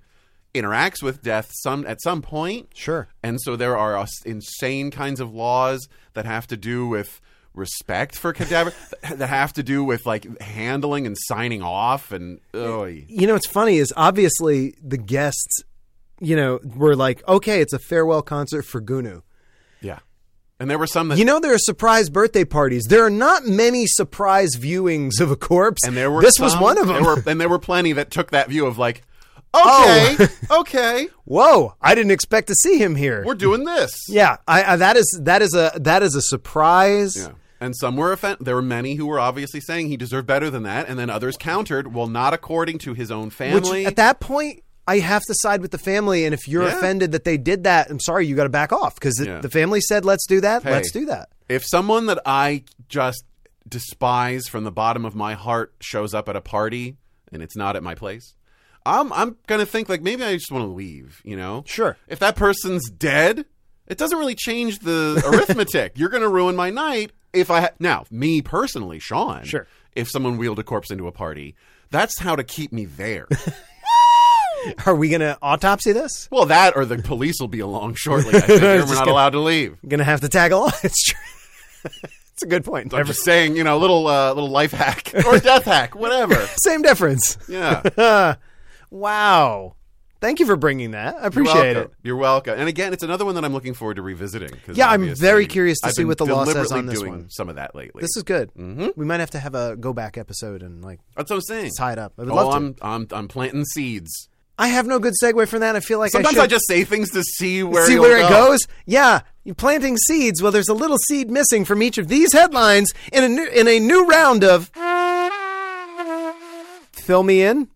Speaker 1: interacts with death some at some point.
Speaker 2: Sure.
Speaker 1: And so there are us- insane kinds of laws that have to do with respect for cadaver (laughs) that have to do with like handling and signing off and oh
Speaker 2: you know what's funny is obviously the guests you know were like okay, it's a farewell concert for Gunu.
Speaker 1: yeah. And there were some that
Speaker 2: You know there are surprise birthday parties. There are not many surprise viewings of a corpse.
Speaker 1: and there were
Speaker 2: this was
Speaker 1: some-
Speaker 2: one of them.
Speaker 1: There were, and there were plenty that took that view of like
Speaker 2: Oh.
Speaker 1: okay,
Speaker 2: (laughs)
Speaker 1: okay,
Speaker 2: Whoa! I didn't expect to see him here.
Speaker 1: we're doing this.
Speaker 2: yeah, I, I, that is that is a that is a surprise.
Speaker 1: Yeah. And some were offend. There were many who were obviously saying he deserved better than that, and then others countered, well, not according to his own
Speaker 2: Which
Speaker 1: family.
Speaker 2: at that point, I have to side with the family. And if you're
Speaker 1: Yeah.
Speaker 2: offended that they did that, I'm sorry, you got to back off because
Speaker 1: Yeah.
Speaker 2: the family said, "Let's do that.
Speaker 1: Hey.
Speaker 2: Let's do that."
Speaker 1: if someone that I just despise from the bottom of my heart shows up at a party and it's not at my place, I'm I'm gonna think like maybe I just want to leave. You know,
Speaker 2: Sure.
Speaker 1: If that person's dead, it doesn't really change
Speaker 2: (laughs)
Speaker 1: the arithmetic. You're gonna ruin my night if I ha- now me personally, Sean.
Speaker 2: Sure.
Speaker 1: If someone wheeled a corpse into a party, that's how to keep me there.
Speaker 2: Are we going to autopsy this?
Speaker 1: Well, that or the police will be along
Speaker 2: (laughs)
Speaker 1: shortly. I think. We're not
Speaker 2: Just kidding.
Speaker 1: allowed to leave.
Speaker 2: Going to have to tag along. (laughs) It's true. (laughs) it's a good point.
Speaker 1: I'm just saying, you know, little uh, little life
Speaker 2: (laughs)
Speaker 1: hack or death hack, whatever.
Speaker 2: Same difference.
Speaker 1: Yeah,
Speaker 2: wow. Thank you for bringing that. I (laughs) appreciate
Speaker 1: You're
Speaker 2: it.
Speaker 1: welcome. You're welcome. And again, it's another one that I'm looking forward to revisiting. 'cause
Speaker 2: Yeah, I'm
Speaker 1: obviously
Speaker 2: very curious to
Speaker 1: I've
Speaker 2: see
Speaker 1: been
Speaker 2: what the law says
Speaker 1: deliberately
Speaker 2: on this
Speaker 1: doing
Speaker 2: one.
Speaker 1: Some of that lately.
Speaker 2: This is good.
Speaker 1: Mm-hmm.
Speaker 2: We might have to have a go back episode and like
Speaker 1: That's what I'm saying.
Speaker 2: tie it up. I would
Speaker 1: oh,
Speaker 2: love to.
Speaker 1: I'm, I'm I'm planting seeds.
Speaker 2: I have no good segue for that. I feel like
Speaker 1: Sometimes I,
Speaker 2: I, should
Speaker 1: just say things to see where
Speaker 2: see
Speaker 1: you'll
Speaker 2: where it
Speaker 1: go.
Speaker 2: goes. Yeah, you're planting seeds. Well, there's a little seed missing from each of these headlines in a new, in a new round of fill me in.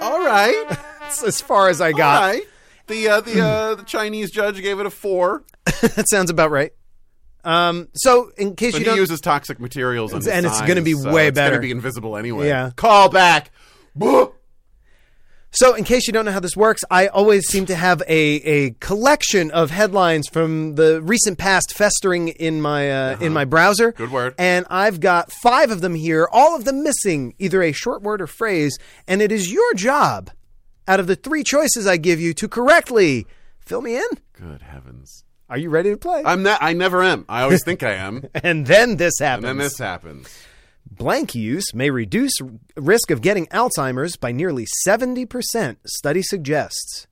Speaker 1: All right,
Speaker 2: (laughs) That's as far as I
Speaker 1: all
Speaker 2: got.
Speaker 1: right. The uh, the uh, the Chinese judge gave it a four,
Speaker 2: that sounds about right. Um, so in case
Speaker 1: but
Speaker 2: you
Speaker 1: he
Speaker 2: don't,
Speaker 1: uses toxic materials on his
Speaker 2: And it's
Speaker 1: signs,
Speaker 2: gonna be
Speaker 1: so
Speaker 2: way
Speaker 1: It's
Speaker 2: better.
Speaker 1: gonna be invisible anyway.
Speaker 2: Yeah.
Speaker 1: Call back.
Speaker 2: So, in case you don't know how this works, I always seem to have a, a collection of headlines from the recent past festering in my uh, in my browser.
Speaker 1: Uh-huh. Good word.
Speaker 2: And I've got five of them here, all of them missing either a short word or phrase. And it is your job, out of the three choices I give you, to correctly fill me in.
Speaker 1: Good heavens.
Speaker 2: Are you ready to play?
Speaker 1: I'm not I never am. I always think I
Speaker 2: (laughs)
Speaker 1: am.
Speaker 2: and then this happens.
Speaker 1: Then this happens.
Speaker 2: Blank use may reduce r- risk of getting Alzheimer's by nearly 70%, study suggests.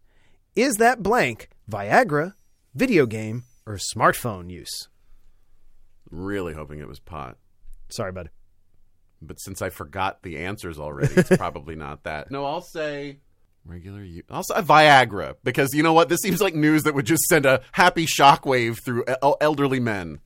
Speaker 2: Is that blank Viagra, video game, or smartphone use?
Speaker 1: Really hoping it was pot.
Speaker 2: Sorry, bud.
Speaker 1: But since I forgot the answers already, it's
Speaker 2: (laughs)
Speaker 1: probably not that. No, I'll say regular use. I'll say Viagra because you know what? This seems like news that would just send a happy shockwave through el- elderly men.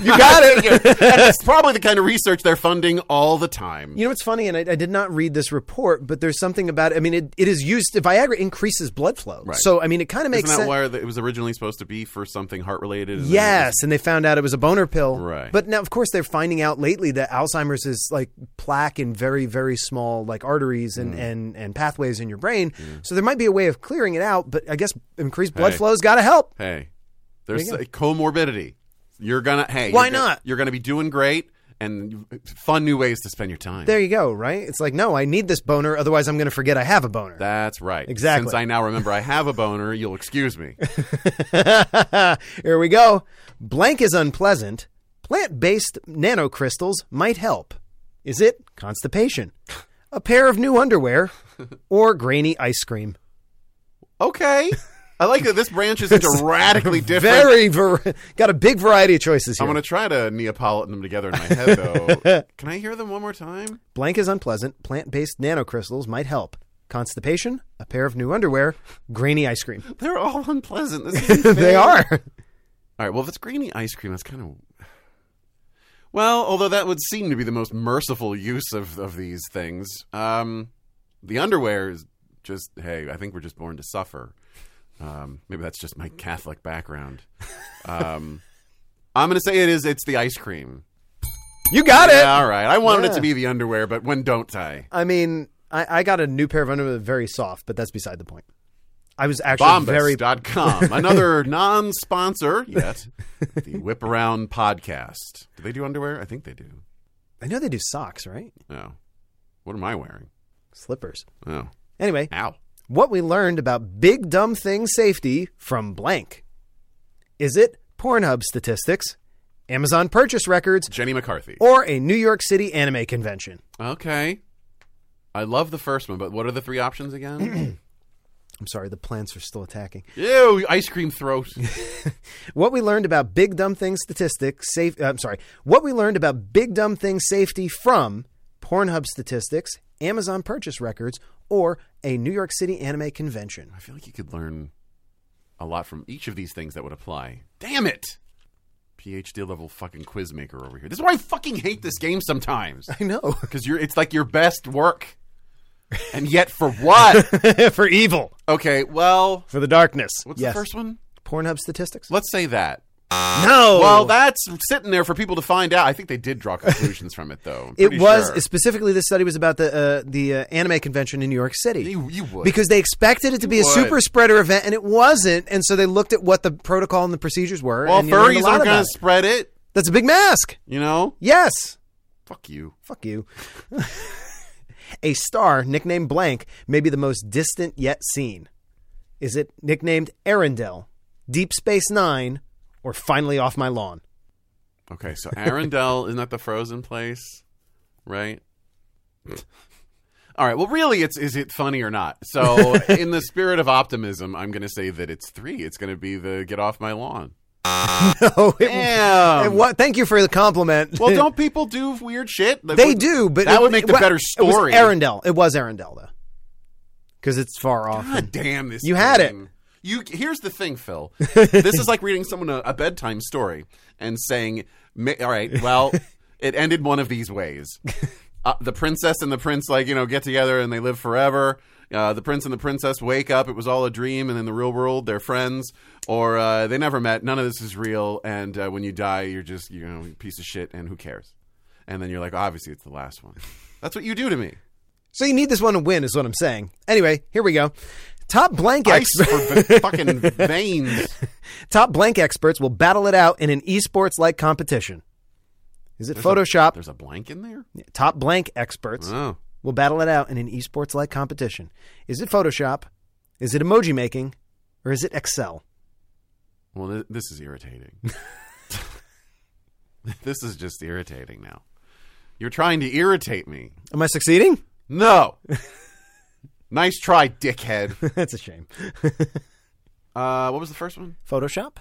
Speaker 1: You got
Speaker 2: (laughs)
Speaker 1: it. That's probably the kind of research they're funding all the time.
Speaker 2: You know what's funny, and I, I did not read this report, but there's something about. I mean, it, it is used. Viagra increases blood flow,
Speaker 1: Right.
Speaker 2: so I mean, it kind of makes
Speaker 1: Isn't that
Speaker 2: sense.
Speaker 1: where the- it was originally supposed to be for something heart related? and then it was-
Speaker 2: Yes, and they found out it was a boner pill.
Speaker 1: Right.
Speaker 2: But now, of course, they're finding out lately that Alzheimer's is like plaque in very, very small like arteries and
Speaker 1: Mm.
Speaker 2: and, and pathways in your brain. So there might be a way of clearing it out. But I guess increased blood
Speaker 1: Hey.
Speaker 2: flow's got to help.
Speaker 1: Hey, there's
Speaker 2: There
Speaker 1: comorbidity. You're gonna hey.
Speaker 2: Why
Speaker 1: you're gonna-
Speaker 2: not?
Speaker 1: You're gonna be doing great and fun new ways to spend your time.
Speaker 2: There you go. Right? It's like no, I need this boner, otherwise I'm going to forget I have a boner.
Speaker 1: (laughs) That's right.
Speaker 2: Exactly.
Speaker 1: Since I now remember I have a boner, you'll excuse me.
Speaker 2: Here we go. Blank is unpleasant. Plant based nanocrystals might help. Is it constipation? a pair of new underwear, or grainy ice cream.
Speaker 1: Okay. I like that this branches into radically different.
Speaker 2: Very var- (laughs) got a big variety of choices
Speaker 1: I'm
Speaker 2: here.
Speaker 1: going to try to Neapolitan them together in my head,
Speaker 2: (laughs)
Speaker 1: though. Can I hear them one more time?
Speaker 2: Blank is unpleasant. Plant-based nanocrystals might help. Constipation, a pair of new underwear, grainy ice cream.
Speaker 1: They're all unpleasant. This
Speaker 2: (laughs)
Speaker 1: isn't
Speaker 2: they
Speaker 1: fair.
Speaker 2: are.
Speaker 1: All right. Well, if it's grainy ice cream, that's kind of. Well, although that would seem to be the most merciful use of, of these things, um, the underwear is just, hey, I think we're just born to suffer. Um, maybe that's just my Catholic background. Um, (laughs) I'm going to say it is. It's the ice cream.
Speaker 2: You got it.
Speaker 1: Yeah, all right. I wanted it
Speaker 2: Eh. Yeah.
Speaker 1: to be the underwear, but when don't I?
Speaker 2: I mean, I, I got a new pair of underwear that's very soft, but that's beside the point. I was actually very (laughs)
Speaker 1: Bombas.com, another non sponsor yet, the Whip Around podcast. Do they do underwear? I think they do.
Speaker 2: I know they do socks, right?
Speaker 1: Oh. What am I wearing?
Speaker 2: Slippers.
Speaker 1: Oh.
Speaker 2: Anyway,
Speaker 1: Ow.
Speaker 2: what we learned about big dumb thing safety from blank. Is it Pornhub statistics, Amazon purchase records,
Speaker 1: Jenny McCarthy.
Speaker 2: or a New York City anime convention?
Speaker 1: Okay. I love the first one, but what are the three options again?
Speaker 2: I'm sorry, the plants are still attacking.
Speaker 1: Ew, ice cream throat.
Speaker 2: What we learned about big dumb thing statistics, safe, uh, I'm sorry, what we learned about big dumb thing safety from Pornhub statistics, Amazon purchase records, or a New York City anime convention.
Speaker 1: I feel like you could learn a lot from each of these things that would apply. Damn it! PhD level fucking quiz maker over here. This is why I fucking hate this game sometimes.
Speaker 2: I know.
Speaker 1: Because you're it's like your best work. And yet for
Speaker 2: (laughs)
Speaker 1: what?
Speaker 2: (laughs) for evil,
Speaker 1: okay, well
Speaker 2: for the darkness.
Speaker 1: what's
Speaker 2: yes.
Speaker 1: the first one?
Speaker 2: Pornhub statistics?
Speaker 1: Let's say that.
Speaker 2: No.
Speaker 1: Well, that's sitting there for people to find out. I think they did draw conclusions from it, though. I'm
Speaker 2: it
Speaker 1: pretty
Speaker 2: was
Speaker 1: sure.
Speaker 2: specifically this study was about the uh, the uh, anime convention in New York City.
Speaker 1: You- you would.
Speaker 2: because they expected it to be a
Speaker 1: would.
Speaker 2: super spreader event and it wasn't, and so they looked at what the protocol and the procedures were.
Speaker 1: Well,
Speaker 2: and you learned a
Speaker 1: furries
Speaker 2: lot
Speaker 1: aren't going
Speaker 2: about
Speaker 1: to
Speaker 2: it.
Speaker 1: spread it.
Speaker 2: That's a big mask.
Speaker 1: You know,
Speaker 2: Yes.
Speaker 1: fuck you.
Speaker 2: Fuck you. (laughs) a star nicknamed Blank may be the most distant yet seen. Is it nicknamed Arendelle, Deep Space Nine, or finally off my lawn? (laughs)
Speaker 1: Okay, so Arendelle isn't that the frozen place, right? All right. Well, really, it's is it funny or not?
Speaker 2: (laughs)
Speaker 1: So, in the spirit of optimism, I'm going to say that it's three. It's going to be the get off my lawn.
Speaker 2: oh, it,
Speaker 1: Damn.
Speaker 2: it wa- thank you for the compliment.
Speaker 1: well, don't people do weird shit? Like,
Speaker 2: (laughs) They
Speaker 1: what-
Speaker 2: do, but
Speaker 1: that
Speaker 2: it-
Speaker 1: would make the
Speaker 2: it wa-
Speaker 1: better story.
Speaker 2: It was Arendelle. It was Arendelle though, because it's far off.
Speaker 1: God damn this!
Speaker 2: You had
Speaker 1: game. You here's the thing, Phil. this is like reading someone a, a bedtime story and saying, "Ma- "All right,
Speaker 2: (laughs)
Speaker 1: well, it ended one of these ways." Uh, the princess and the prince, like you know, get together and they live forever. Uh, the prince and the princess wake up; it was all a dream, and in the real world, they're friends, or uh, they never met. None of this is real, and uh, when you die, you're just you know a piece of shit, and who cares? And then you're like, obviously, it's the last one. That's what you do to
Speaker 2: (laughs)
Speaker 1: me.
Speaker 2: So you need this one to win, is what I'm saying. Anyway, here we go. Top blank
Speaker 1: Ice
Speaker 2: experts.
Speaker 1: for b- fucking veins.
Speaker 2: Top blank experts will battle it out in an esports like competition. Is it Photoshop?
Speaker 1: There's a blank in there?
Speaker 2: Top blank experts
Speaker 1: Oh.
Speaker 2: will battle it out in an esports like competition. Is it Photoshop? Is it emoji making? Or is it Excel?
Speaker 1: Well, th- this is irritating. (laughs) this is just irritating now. You're trying to irritate me.
Speaker 2: Am I succeeding? (laughs)
Speaker 1: No. nice try, dickhead.
Speaker 2: That's a shame. (laughs)
Speaker 1: Uh, what was the first one?
Speaker 2: Photoshop?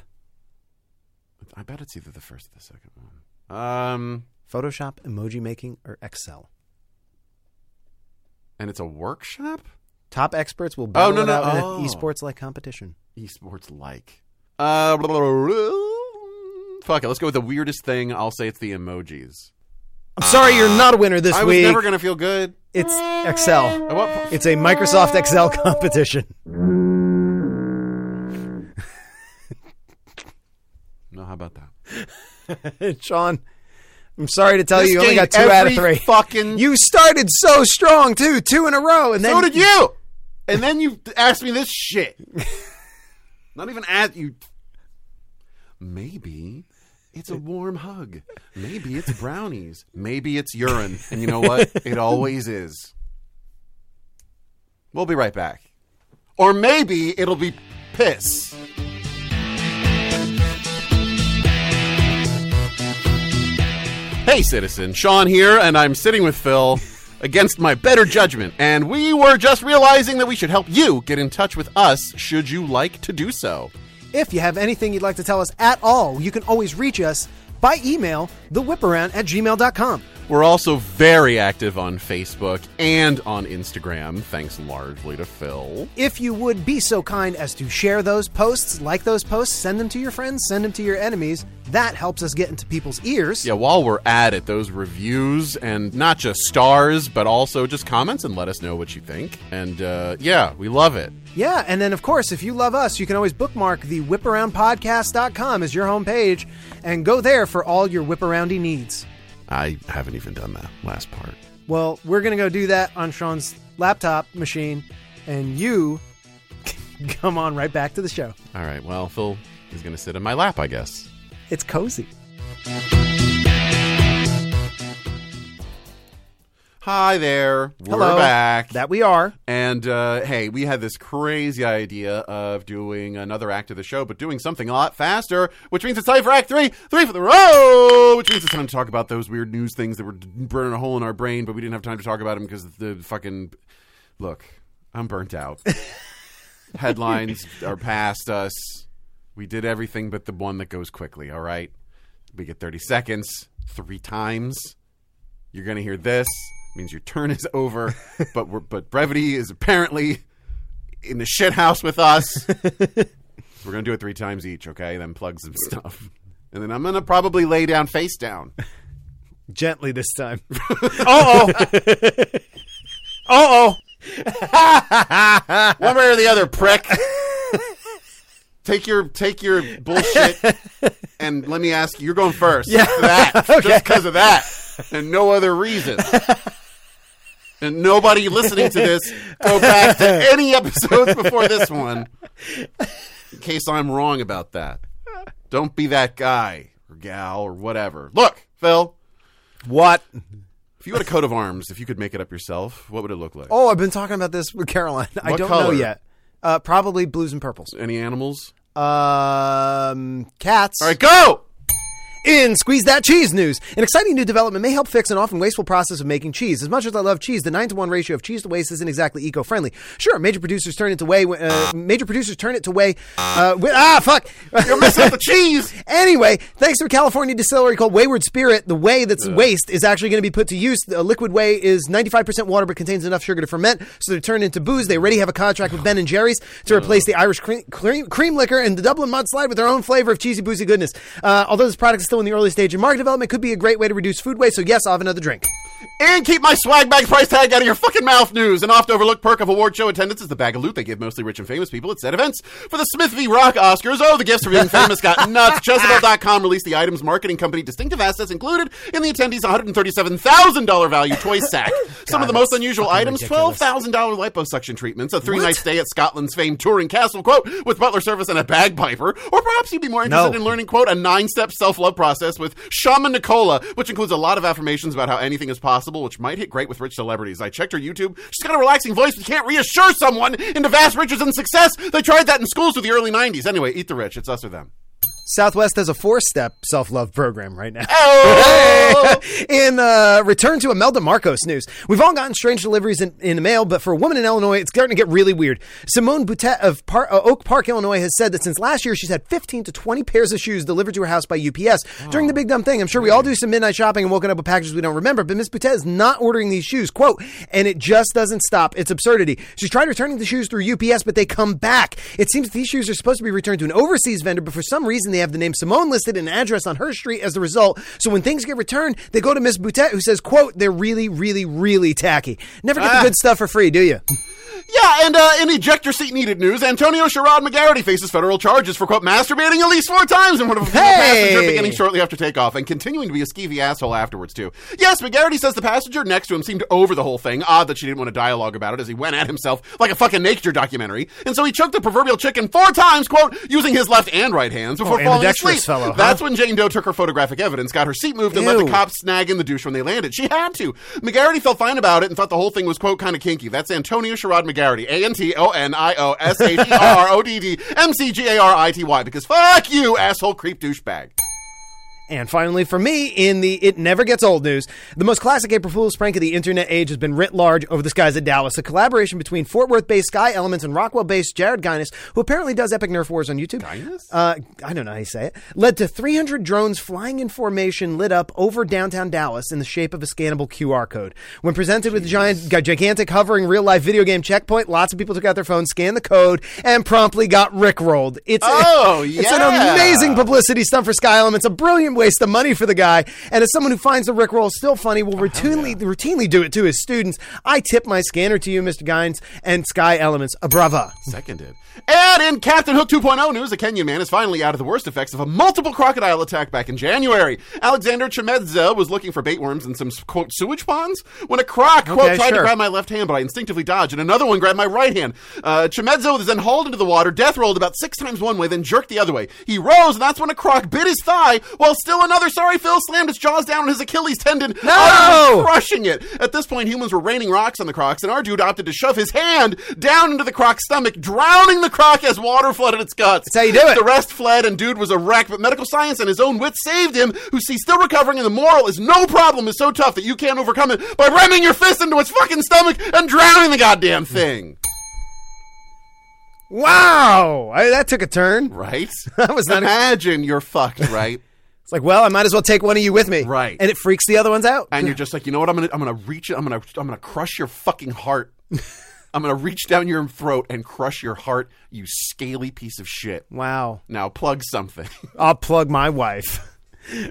Speaker 1: I bet it's either the first or the second one. Um,
Speaker 2: Photoshop, emoji making, or Excel?
Speaker 1: and it's a workshop?
Speaker 2: Top experts will battle
Speaker 1: no,
Speaker 2: it
Speaker 1: no,
Speaker 2: out in
Speaker 1: oh.
Speaker 2: an esports like competition.
Speaker 1: Esports like. Uh, blah, blah, blah, blah. fuck it. Let's go with the weirdest thing. I'll say it's the emojis.
Speaker 2: I'm sorry you're not a winner this
Speaker 1: I was
Speaker 2: week.
Speaker 1: never going to feel good.
Speaker 2: It's Excel.
Speaker 1: At what po-
Speaker 2: It's a Microsoft Excel (laughs) competition.
Speaker 1: no, how about that?
Speaker 2: (laughs) Sean, I'm sorry to tell
Speaker 1: This
Speaker 2: you, you only
Speaker 1: game
Speaker 2: got two out of
Speaker 1: every
Speaker 2: three.
Speaker 1: fucking
Speaker 2: you started so strong too, two in a row, and then
Speaker 1: (laughs) So did you. And then you asked me this
Speaker 2: (laughs)
Speaker 1: shit. Not even at you. Maybe it's a warm hug. Maybe it's brownies. Maybe it's urine. And you know what? It always is. We'll be right back. Or maybe it'll be piss. Hey, citizen. Sean here, and I'm sitting with Phil. against my better judgment, and we were just realizing that we should help you get in touch with us should you like to do so.
Speaker 2: If you have anything you'd like to tell us at all, you can always reach us by email, thewhiparound at gmail.com.
Speaker 1: We're also very active on Facebook and on Instagram, thanks largely to Phil.
Speaker 2: If you would be so kind as to share those posts, like those posts, send them to your friends, send them to your enemies, that helps us get into people's ears.
Speaker 1: Yeah, while we're at it, those reviews and not just stars, but also just comments and let us know what you think. And uh, yeah, we love it.
Speaker 2: Yeah, and then of course, if you love us, you can always bookmark the whiparoundpodcast.com as your homepage and go there for all your whiparoundy needs.
Speaker 1: I haven't even done that last part.
Speaker 2: Well, we're going to go do that on Sean's laptop machine, and you (laughs) come on right back to the show.
Speaker 1: All right, well, Phil is going to sit in my lap, I guess.
Speaker 2: It's cozy.
Speaker 1: Hi there. We're
Speaker 2: Hello.
Speaker 1: back.
Speaker 2: That we are.
Speaker 1: And uh, hey, we had this crazy idea of doing another act of the show, but doing something a lot faster, which means it's time for Act Three, three for the row, which means it's time to talk about those weird news things that were burning a hole in our brain, but we didn't have time to talk about them because the fucking look, I'm burnt out. Headlines are past us. We did everything but the one that goes quickly. All right, we get 30 seconds three times. You're gonna hear this. Means your turn is over. but we're, but brevity is apparently in the shit house with us. we're gonna do it three times each, okay? Then plug some stuff, and then I'm gonna probably lay down face down.
Speaker 2: Gently this
Speaker 1: (laughs)
Speaker 2: time. oh. Oh.
Speaker 1: One way or the other, prick. Take your take your bullshit and let me ask you. You're going first. Yeah. That just because of that and no other reason. and nobody listening to this go back to any episodes before this one in case I'm wrong about that. Don't be that guy or gal or whatever. Look, Phil,
Speaker 2: What?
Speaker 1: if you had a coat of arms, if you could make it up yourself, what would it look like?
Speaker 2: Oh, I've been talking about this with Caroline. I
Speaker 1: What
Speaker 2: don't know
Speaker 1: color?
Speaker 2: yet. Uh, probably blues and purples.
Speaker 1: Any animals?
Speaker 2: Um, cats.
Speaker 1: All right, go.
Speaker 2: In Squeeze That Cheese news, an exciting new development may help fix an often wasteful process of making cheese. As much as I love cheese, the nine to one ratio of cheese to waste isn't exactly eco-friendly. Sure, major producers turn it to way. Uh, major producers turn it to way. Uh, wi- ah, fuck.
Speaker 1: You're messing up the cheese.
Speaker 2: Anyway, thanks to a California distillery called Wayward Spirit, the whey that's waste is actually going to be put to use. The liquid whey is 95% water but contains enough sugar to ferment, so they're turned into booze. They already have a contract with Ben and Jerry's to replace the Irish cream, cream, cream liquor and the Dublin mudslide with their own flavor of cheesy, boozy goodness. Uh, although this product is still in the early stage of market development, could be a great way to reduce food waste, so yes, I'll have another drink.
Speaker 1: And keep my swag bag price tag out of your fucking mouth news. An oft overlooked perk of award show attendance is the bag of loot they give mostly rich and famous people at said events. For the Smith v. Rock Oscars, oh, the gifts for being famous got nuts. Jezebel.com released the item's marketing company distinctive assets included in the attendees' $137,000 value toy sack. Some of the most unusual items $12,000 liposuction treatments, a three night stay at Scotland's famed touring castle, quote, with butler service and a bagpiper. Or perhaps you'd be more interested
Speaker 2: No.
Speaker 1: in learning learning, quote, a nine step self love process with Shaman Nicola, which includes a lot of affirmations about how anything is possible, which might hit great with rich celebrities. I checked her YouTube. She's got a relaxing voice, but can't reassure someone into vast riches and success. They tried that in schools through the early 90s. Anyway, eat the rich. It's us or them.
Speaker 2: Southwest has a four-step self-love program right now.
Speaker 1: (laughs)
Speaker 2: (laughs)
Speaker 1: Oh!
Speaker 2: in uh, Return to Imelda Marcos news, we've all gotten strange deliveries in, in the mail, but for a woman in Illinois, it's starting to get really weird. Simone Boutet of Par- uh, Oak Park, Illinois, has said that since last year, she's had 15 to 20 pairs of shoes delivered to her house by UPS. During the big dumb thing, I'm sure we all do some midnight shopping and woken up with packages we don't remember, but Miss Boutet is not ordering these shoes, quote, and it just doesn't stop. It's absurdity. She's tried returning the shoes through UPS, but they come back. It seems that these shoes are supposed to be returned to an overseas vendor, but for some reason, they have the name Simone listed and an address on her street as the result. So when things get returned, they go to Miss Boutet, who says, quote, they're really, really, really tacky. Never get the good stuff for free, do you?
Speaker 1: Yeah, and uh, in ejector seat needed news, Antonio Sherrod McGarity faces federal charges for, quote, masturbating at least four times in front of a female
Speaker 2: Hey!
Speaker 1: passenger beginning shortly after takeoff and continuing to be a skeevy asshole afterwards, too. Yes, McGarity says the passenger next to him seemed over the whole thing. Odd that she didn't want to dialogue about it as he went at himself like a fucking nature documentary. And so he choked the proverbial chicken four times, quote, using his left and right hands before
Speaker 2: Oh,
Speaker 1: falling
Speaker 2: ambidextrous
Speaker 1: asleep.
Speaker 2: fellow, huh?
Speaker 1: That's when Jane Doe took her photographic evidence, got her seat moved, and let
Speaker 2: Ew.
Speaker 1: the cops snag in the douche when they landed. She had to. McGarity felt fine about it and thought the whole thing was, quote, kind of kinky. That's Antonio Sherrod McGarity. A N T O N I O S H E R O D D M C G A R I T Y. Because fuck you, asshole creep douchebag.
Speaker 2: And finally, for me, in the It Never Gets Old news, the most classic April Fool's prank of the internet age has been writ large over the skies of Dallas, a collaboration between Fort Worth based Sky Elements and Rockwell based Jared Guinness, who apparently does Epic Nerf Wars on YouTube.
Speaker 1: Guinness?
Speaker 2: Uh, I don't know how you say it. Led to 300 drones flying in formation lit up over downtown Dallas in the shape of a scannable QR code. When presented with a giant, g- gigantic hovering real life video game checkpoint, lots of people took out their phones, scanned the code, and promptly got rickrolled. It's
Speaker 1: Oh,
Speaker 2: it's an
Speaker 1: yeah.
Speaker 2: amazing publicity stunt for Sky Elements, a brilliant waste of money for the guy. And as someone who finds the rickroll still funny, will routinely routinely do it to his students. I tip my scanner to you, Mr. Gines, and Sky Elements. A brava.
Speaker 1: Seconded. And in Captain Hook 2.0 news, a Kenyan man is finally out of the worst effects of a multiple crocodile attack back in January. Alexander Chemedza was looking for bait worms in some, quote, sewage ponds when a croc, quote,
Speaker 2: Okay,
Speaker 1: tried
Speaker 2: sure.
Speaker 1: to grab my left hand, but I instinctively dodged, and another one grabbed my right hand. Uh, Chemedza was then hauled into the water, death rolled about six times one way, then jerked the other way. He rose, and that's when a croc bit his thigh, while still another sorry Phil slammed its jaws down on his Achilles tendon, utterly crushing it. At this point, humans were raining rocks on the crocs, and our dude opted to shove his hand down into the croc's stomach, drowning the croc as water flooded its guts.
Speaker 2: That's how you do it.
Speaker 1: The rest fled, and dude was a wreck, but medical science and his own wit saved him, who sees still recovering, and the moral is no problem is so tough that you can't overcome it by ramming your fist into its fucking stomach and drowning the goddamn thing.
Speaker 2: Wow, I, that took a turn.
Speaker 1: Right?
Speaker 2: (laughs) That was not a-
Speaker 1: Imagine you're fucked, right?
Speaker 2: It's like, well, I might as well take one of you with me,
Speaker 1: Right.
Speaker 2: And it freaks the other ones out.
Speaker 1: and you're just like, you know what? I'm gonna, I'm gonna reach it. I'm gonna, I'm gonna crush your fucking
Speaker 2: (laughs)
Speaker 1: heart. I'm gonna reach down your throat and crush your heart. You scaly piece of shit.
Speaker 2: wow,
Speaker 1: Now plug something. (laughs)
Speaker 2: I'll plug my wife. (laughs)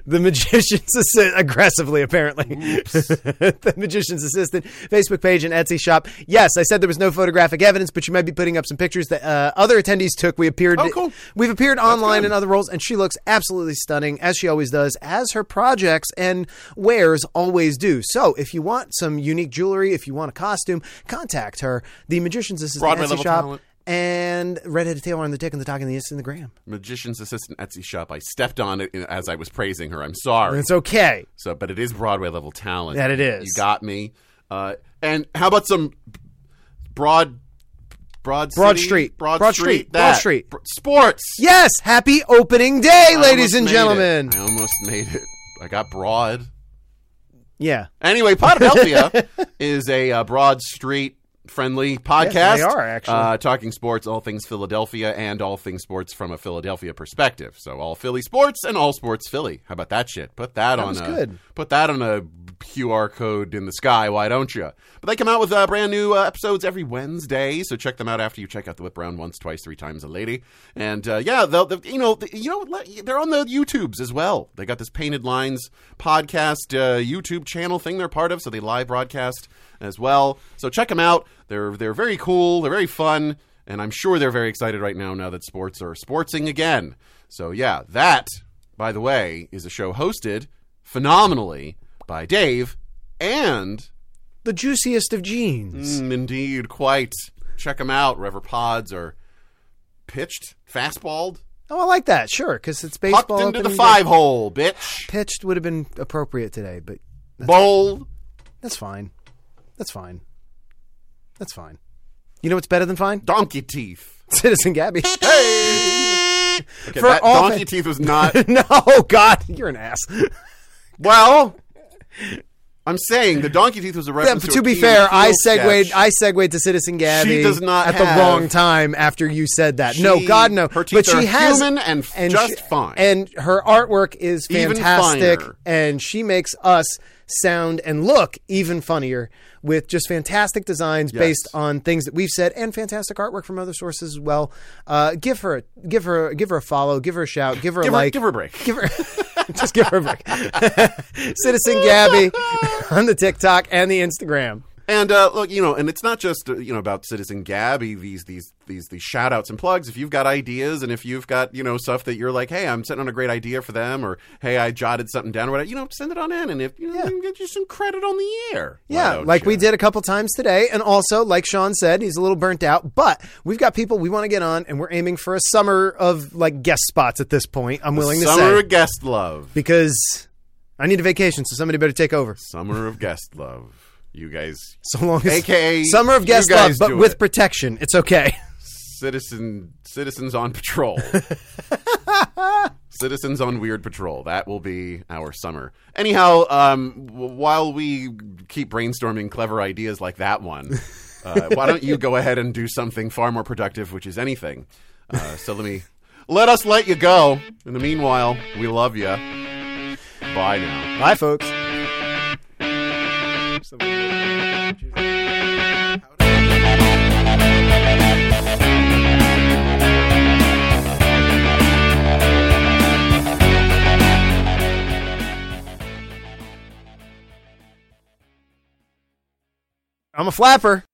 Speaker 2: The magician's assistant, aggressively apparently. (laughs) the magician's assistant, Facebook page and Etsy shop. Yes, I said there was no photographic evidence, but you might be putting up some pictures that uh, other attendees took. We appeared.
Speaker 1: Oh, cool.
Speaker 2: We've appeared online
Speaker 1: good.
Speaker 2: in other roles, and she looks absolutely stunning as she always does, as her projects and wares always do. So, if you want some unique jewelry, if you want a costume, contact her. The magician's assistant
Speaker 1: Broadway
Speaker 2: Etsy
Speaker 1: level
Speaker 2: shop.
Speaker 1: talent.
Speaker 2: And redheaded tail on the dick and the dog and the inst and the gram.
Speaker 1: Magician's assistant Etsy shop. I stepped on it in- as I was praising her. I'm sorry.
Speaker 2: It's okay.
Speaker 1: So, but it is Broadway level talent.
Speaker 2: That it is.
Speaker 1: You got me. Uh, and how about some broad, broad,
Speaker 2: Broad
Speaker 1: city?
Speaker 2: Street.
Speaker 1: broad,
Speaker 2: Broad
Speaker 1: street,
Speaker 2: Street.
Speaker 1: that.
Speaker 2: Broad Street.
Speaker 1: Br- sports.
Speaker 2: Yes, happy opening day,
Speaker 1: I almost
Speaker 2: ladies and
Speaker 1: made it.
Speaker 2: gentlemen.
Speaker 1: I almost made it. I got broad.
Speaker 2: Yeah.
Speaker 1: Anyway,
Speaker 2: (laughs)
Speaker 1: Podhelpia is a uh, Broad Street friendly podcast.
Speaker 2: they are, actually.
Speaker 1: Uh, talking sports, all things Philadelphia, and all things sports from a Philadelphia perspective. So all Philly sports and all sports Philly. How about that shit? Put that, on
Speaker 2: was
Speaker 1: a
Speaker 2: good.
Speaker 1: put that on a QR code in the sky. Why don't you? But they come out with uh, brand new uh, episodes every Wednesday, so check them out after you check out the Whip Round once, twice, three times a lady. And uh, yeah, they'll, they'll- you know th- you know let- they're on the YouTubes as well. They got this Painted Lines podcast uh, YouTube channel thing they're part of, so they live broadcast as well. So check them out. They're they're very cool. They're very fun. And I'm sure they're very excited right now now that sports are sportsing again. So yeah, that by the way is a show hosted phenomenally by Dave and
Speaker 2: The juiciest of jeans.
Speaker 1: mm, indeed quite check them out wherever pods are pitched, fastballed,
Speaker 2: Oh, I like that. Sure, because it's
Speaker 1: pucked
Speaker 2: baseball.
Speaker 1: into the
Speaker 2: opening day.
Speaker 1: five hole, bitch.
Speaker 2: Pitched would have been appropriate today, but
Speaker 1: Bowl.
Speaker 2: that's fine. That's fine. That's fine. You know what's better than fine? (laughs)
Speaker 1: Donkey teeth.
Speaker 2: Citizen Gabby.
Speaker 1: Okay,
Speaker 2: (laughs) For
Speaker 1: that
Speaker 2: all
Speaker 1: donkey teeth was not
Speaker 2: (laughs) no, God, you're an ass.
Speaker 1: well. I'm saying the donkey teeth was a
Speaker 2: Yeah,
Speaker 1: reference.
Speaker 2: but
Speaker 1: to,
Speaker 2: to
Speaker 1: a
Speaker 2: be
Speaker 1: Key
Speaker 2: fair,
Speaker 1: and
Speaker 2: I
Speaker 1: Peele
Speaker 2: segued.
Speaker 1: sketch.
Speaker 2: I segued to Citizen Gabby.
Speaker 1: does not
Speaker 2: at
Speaker 1: have-
Speaker 2: the wrong time after you said that.
Speaker 1: She-
Speaker 2: no, God no.
Speaker 1: her teeth
Speaker 2: but she
Speaker 1: are
Speaker 2: has
Speaker 1: human and f- just
Speaker 2: she-
Speaker 1: fine.
Speaker 2: And her artwork is
Speaker 1: Even
Speaker 2: fantastic,
Speaker 1: finer.
Speaker 2: and she makes us sound and look even funnier with just fantastic designs based on things that we've said and fantastic artwork from other sources as well. Uh, give her, give her, give her a follow, give her a shout, give her
Speaker 1: give
Speaker 2: a
Speaker 1: her,
Speaker 2: like,
Speaker 1: give her a break.
Speaker 2: (laughs) Give her, just give her a break. (laughs) Citizen Gabby on the TikTok and the Instagram.
Speaker 1: And uh, look, you know, and it's not just uh, you know about Citizen Gabby. These these these these shout outs and plugs. If you've got ideas, and if you've got you know stuff that you're like, hey, I'm sitting on a great idea for them, or hey, I jotted something down, or whatever, you know, send it on in, and if you know,
Speaker 2: Yeah.
Speaker 1: we can get you some credit on the air. Why
Speaker 2: Yeah,
Speaker 1: don't
Speaker 2: like we
Speaker 1: you?
Speaker 2: did a couple times today. And also, like Sean said, he's a little burnt out, but we've got people we want to get on, and we're aiming for a summer of like guest spots at this point. I'm willing to
Speaker 1: Summer
Speaker 2: say.
Speaker 1: of guest love.
Speaker 2: Because I need a vacation, so somebody better take over.
Speaker 1: Summer of guest love. You guys,
Speaker 2: So long as
Speaker 1: AKA,
Speaker 2: summer of
Speaker 1: you
Speaker 2: guest love,
Speaker 1: guys
Speaker 2: but
Speaker 1: do
Speaker 2: with
Speaker 1: it.
Speaker 2: protection. It's okay. (laughs)
Speaker 1: citizen citizens on patrol. Citizens on Weird Patrol. That will be our summer. Anyhow, um, w- while we keep brainstorming clever ideas like that one, uh, why don't you go ahead and do something far more productive, which is anything? Uh, so let me let us let you go. In the meanwhile, we love you. Bye now.
Speaker 2: Bye, folks. I'm a flapper.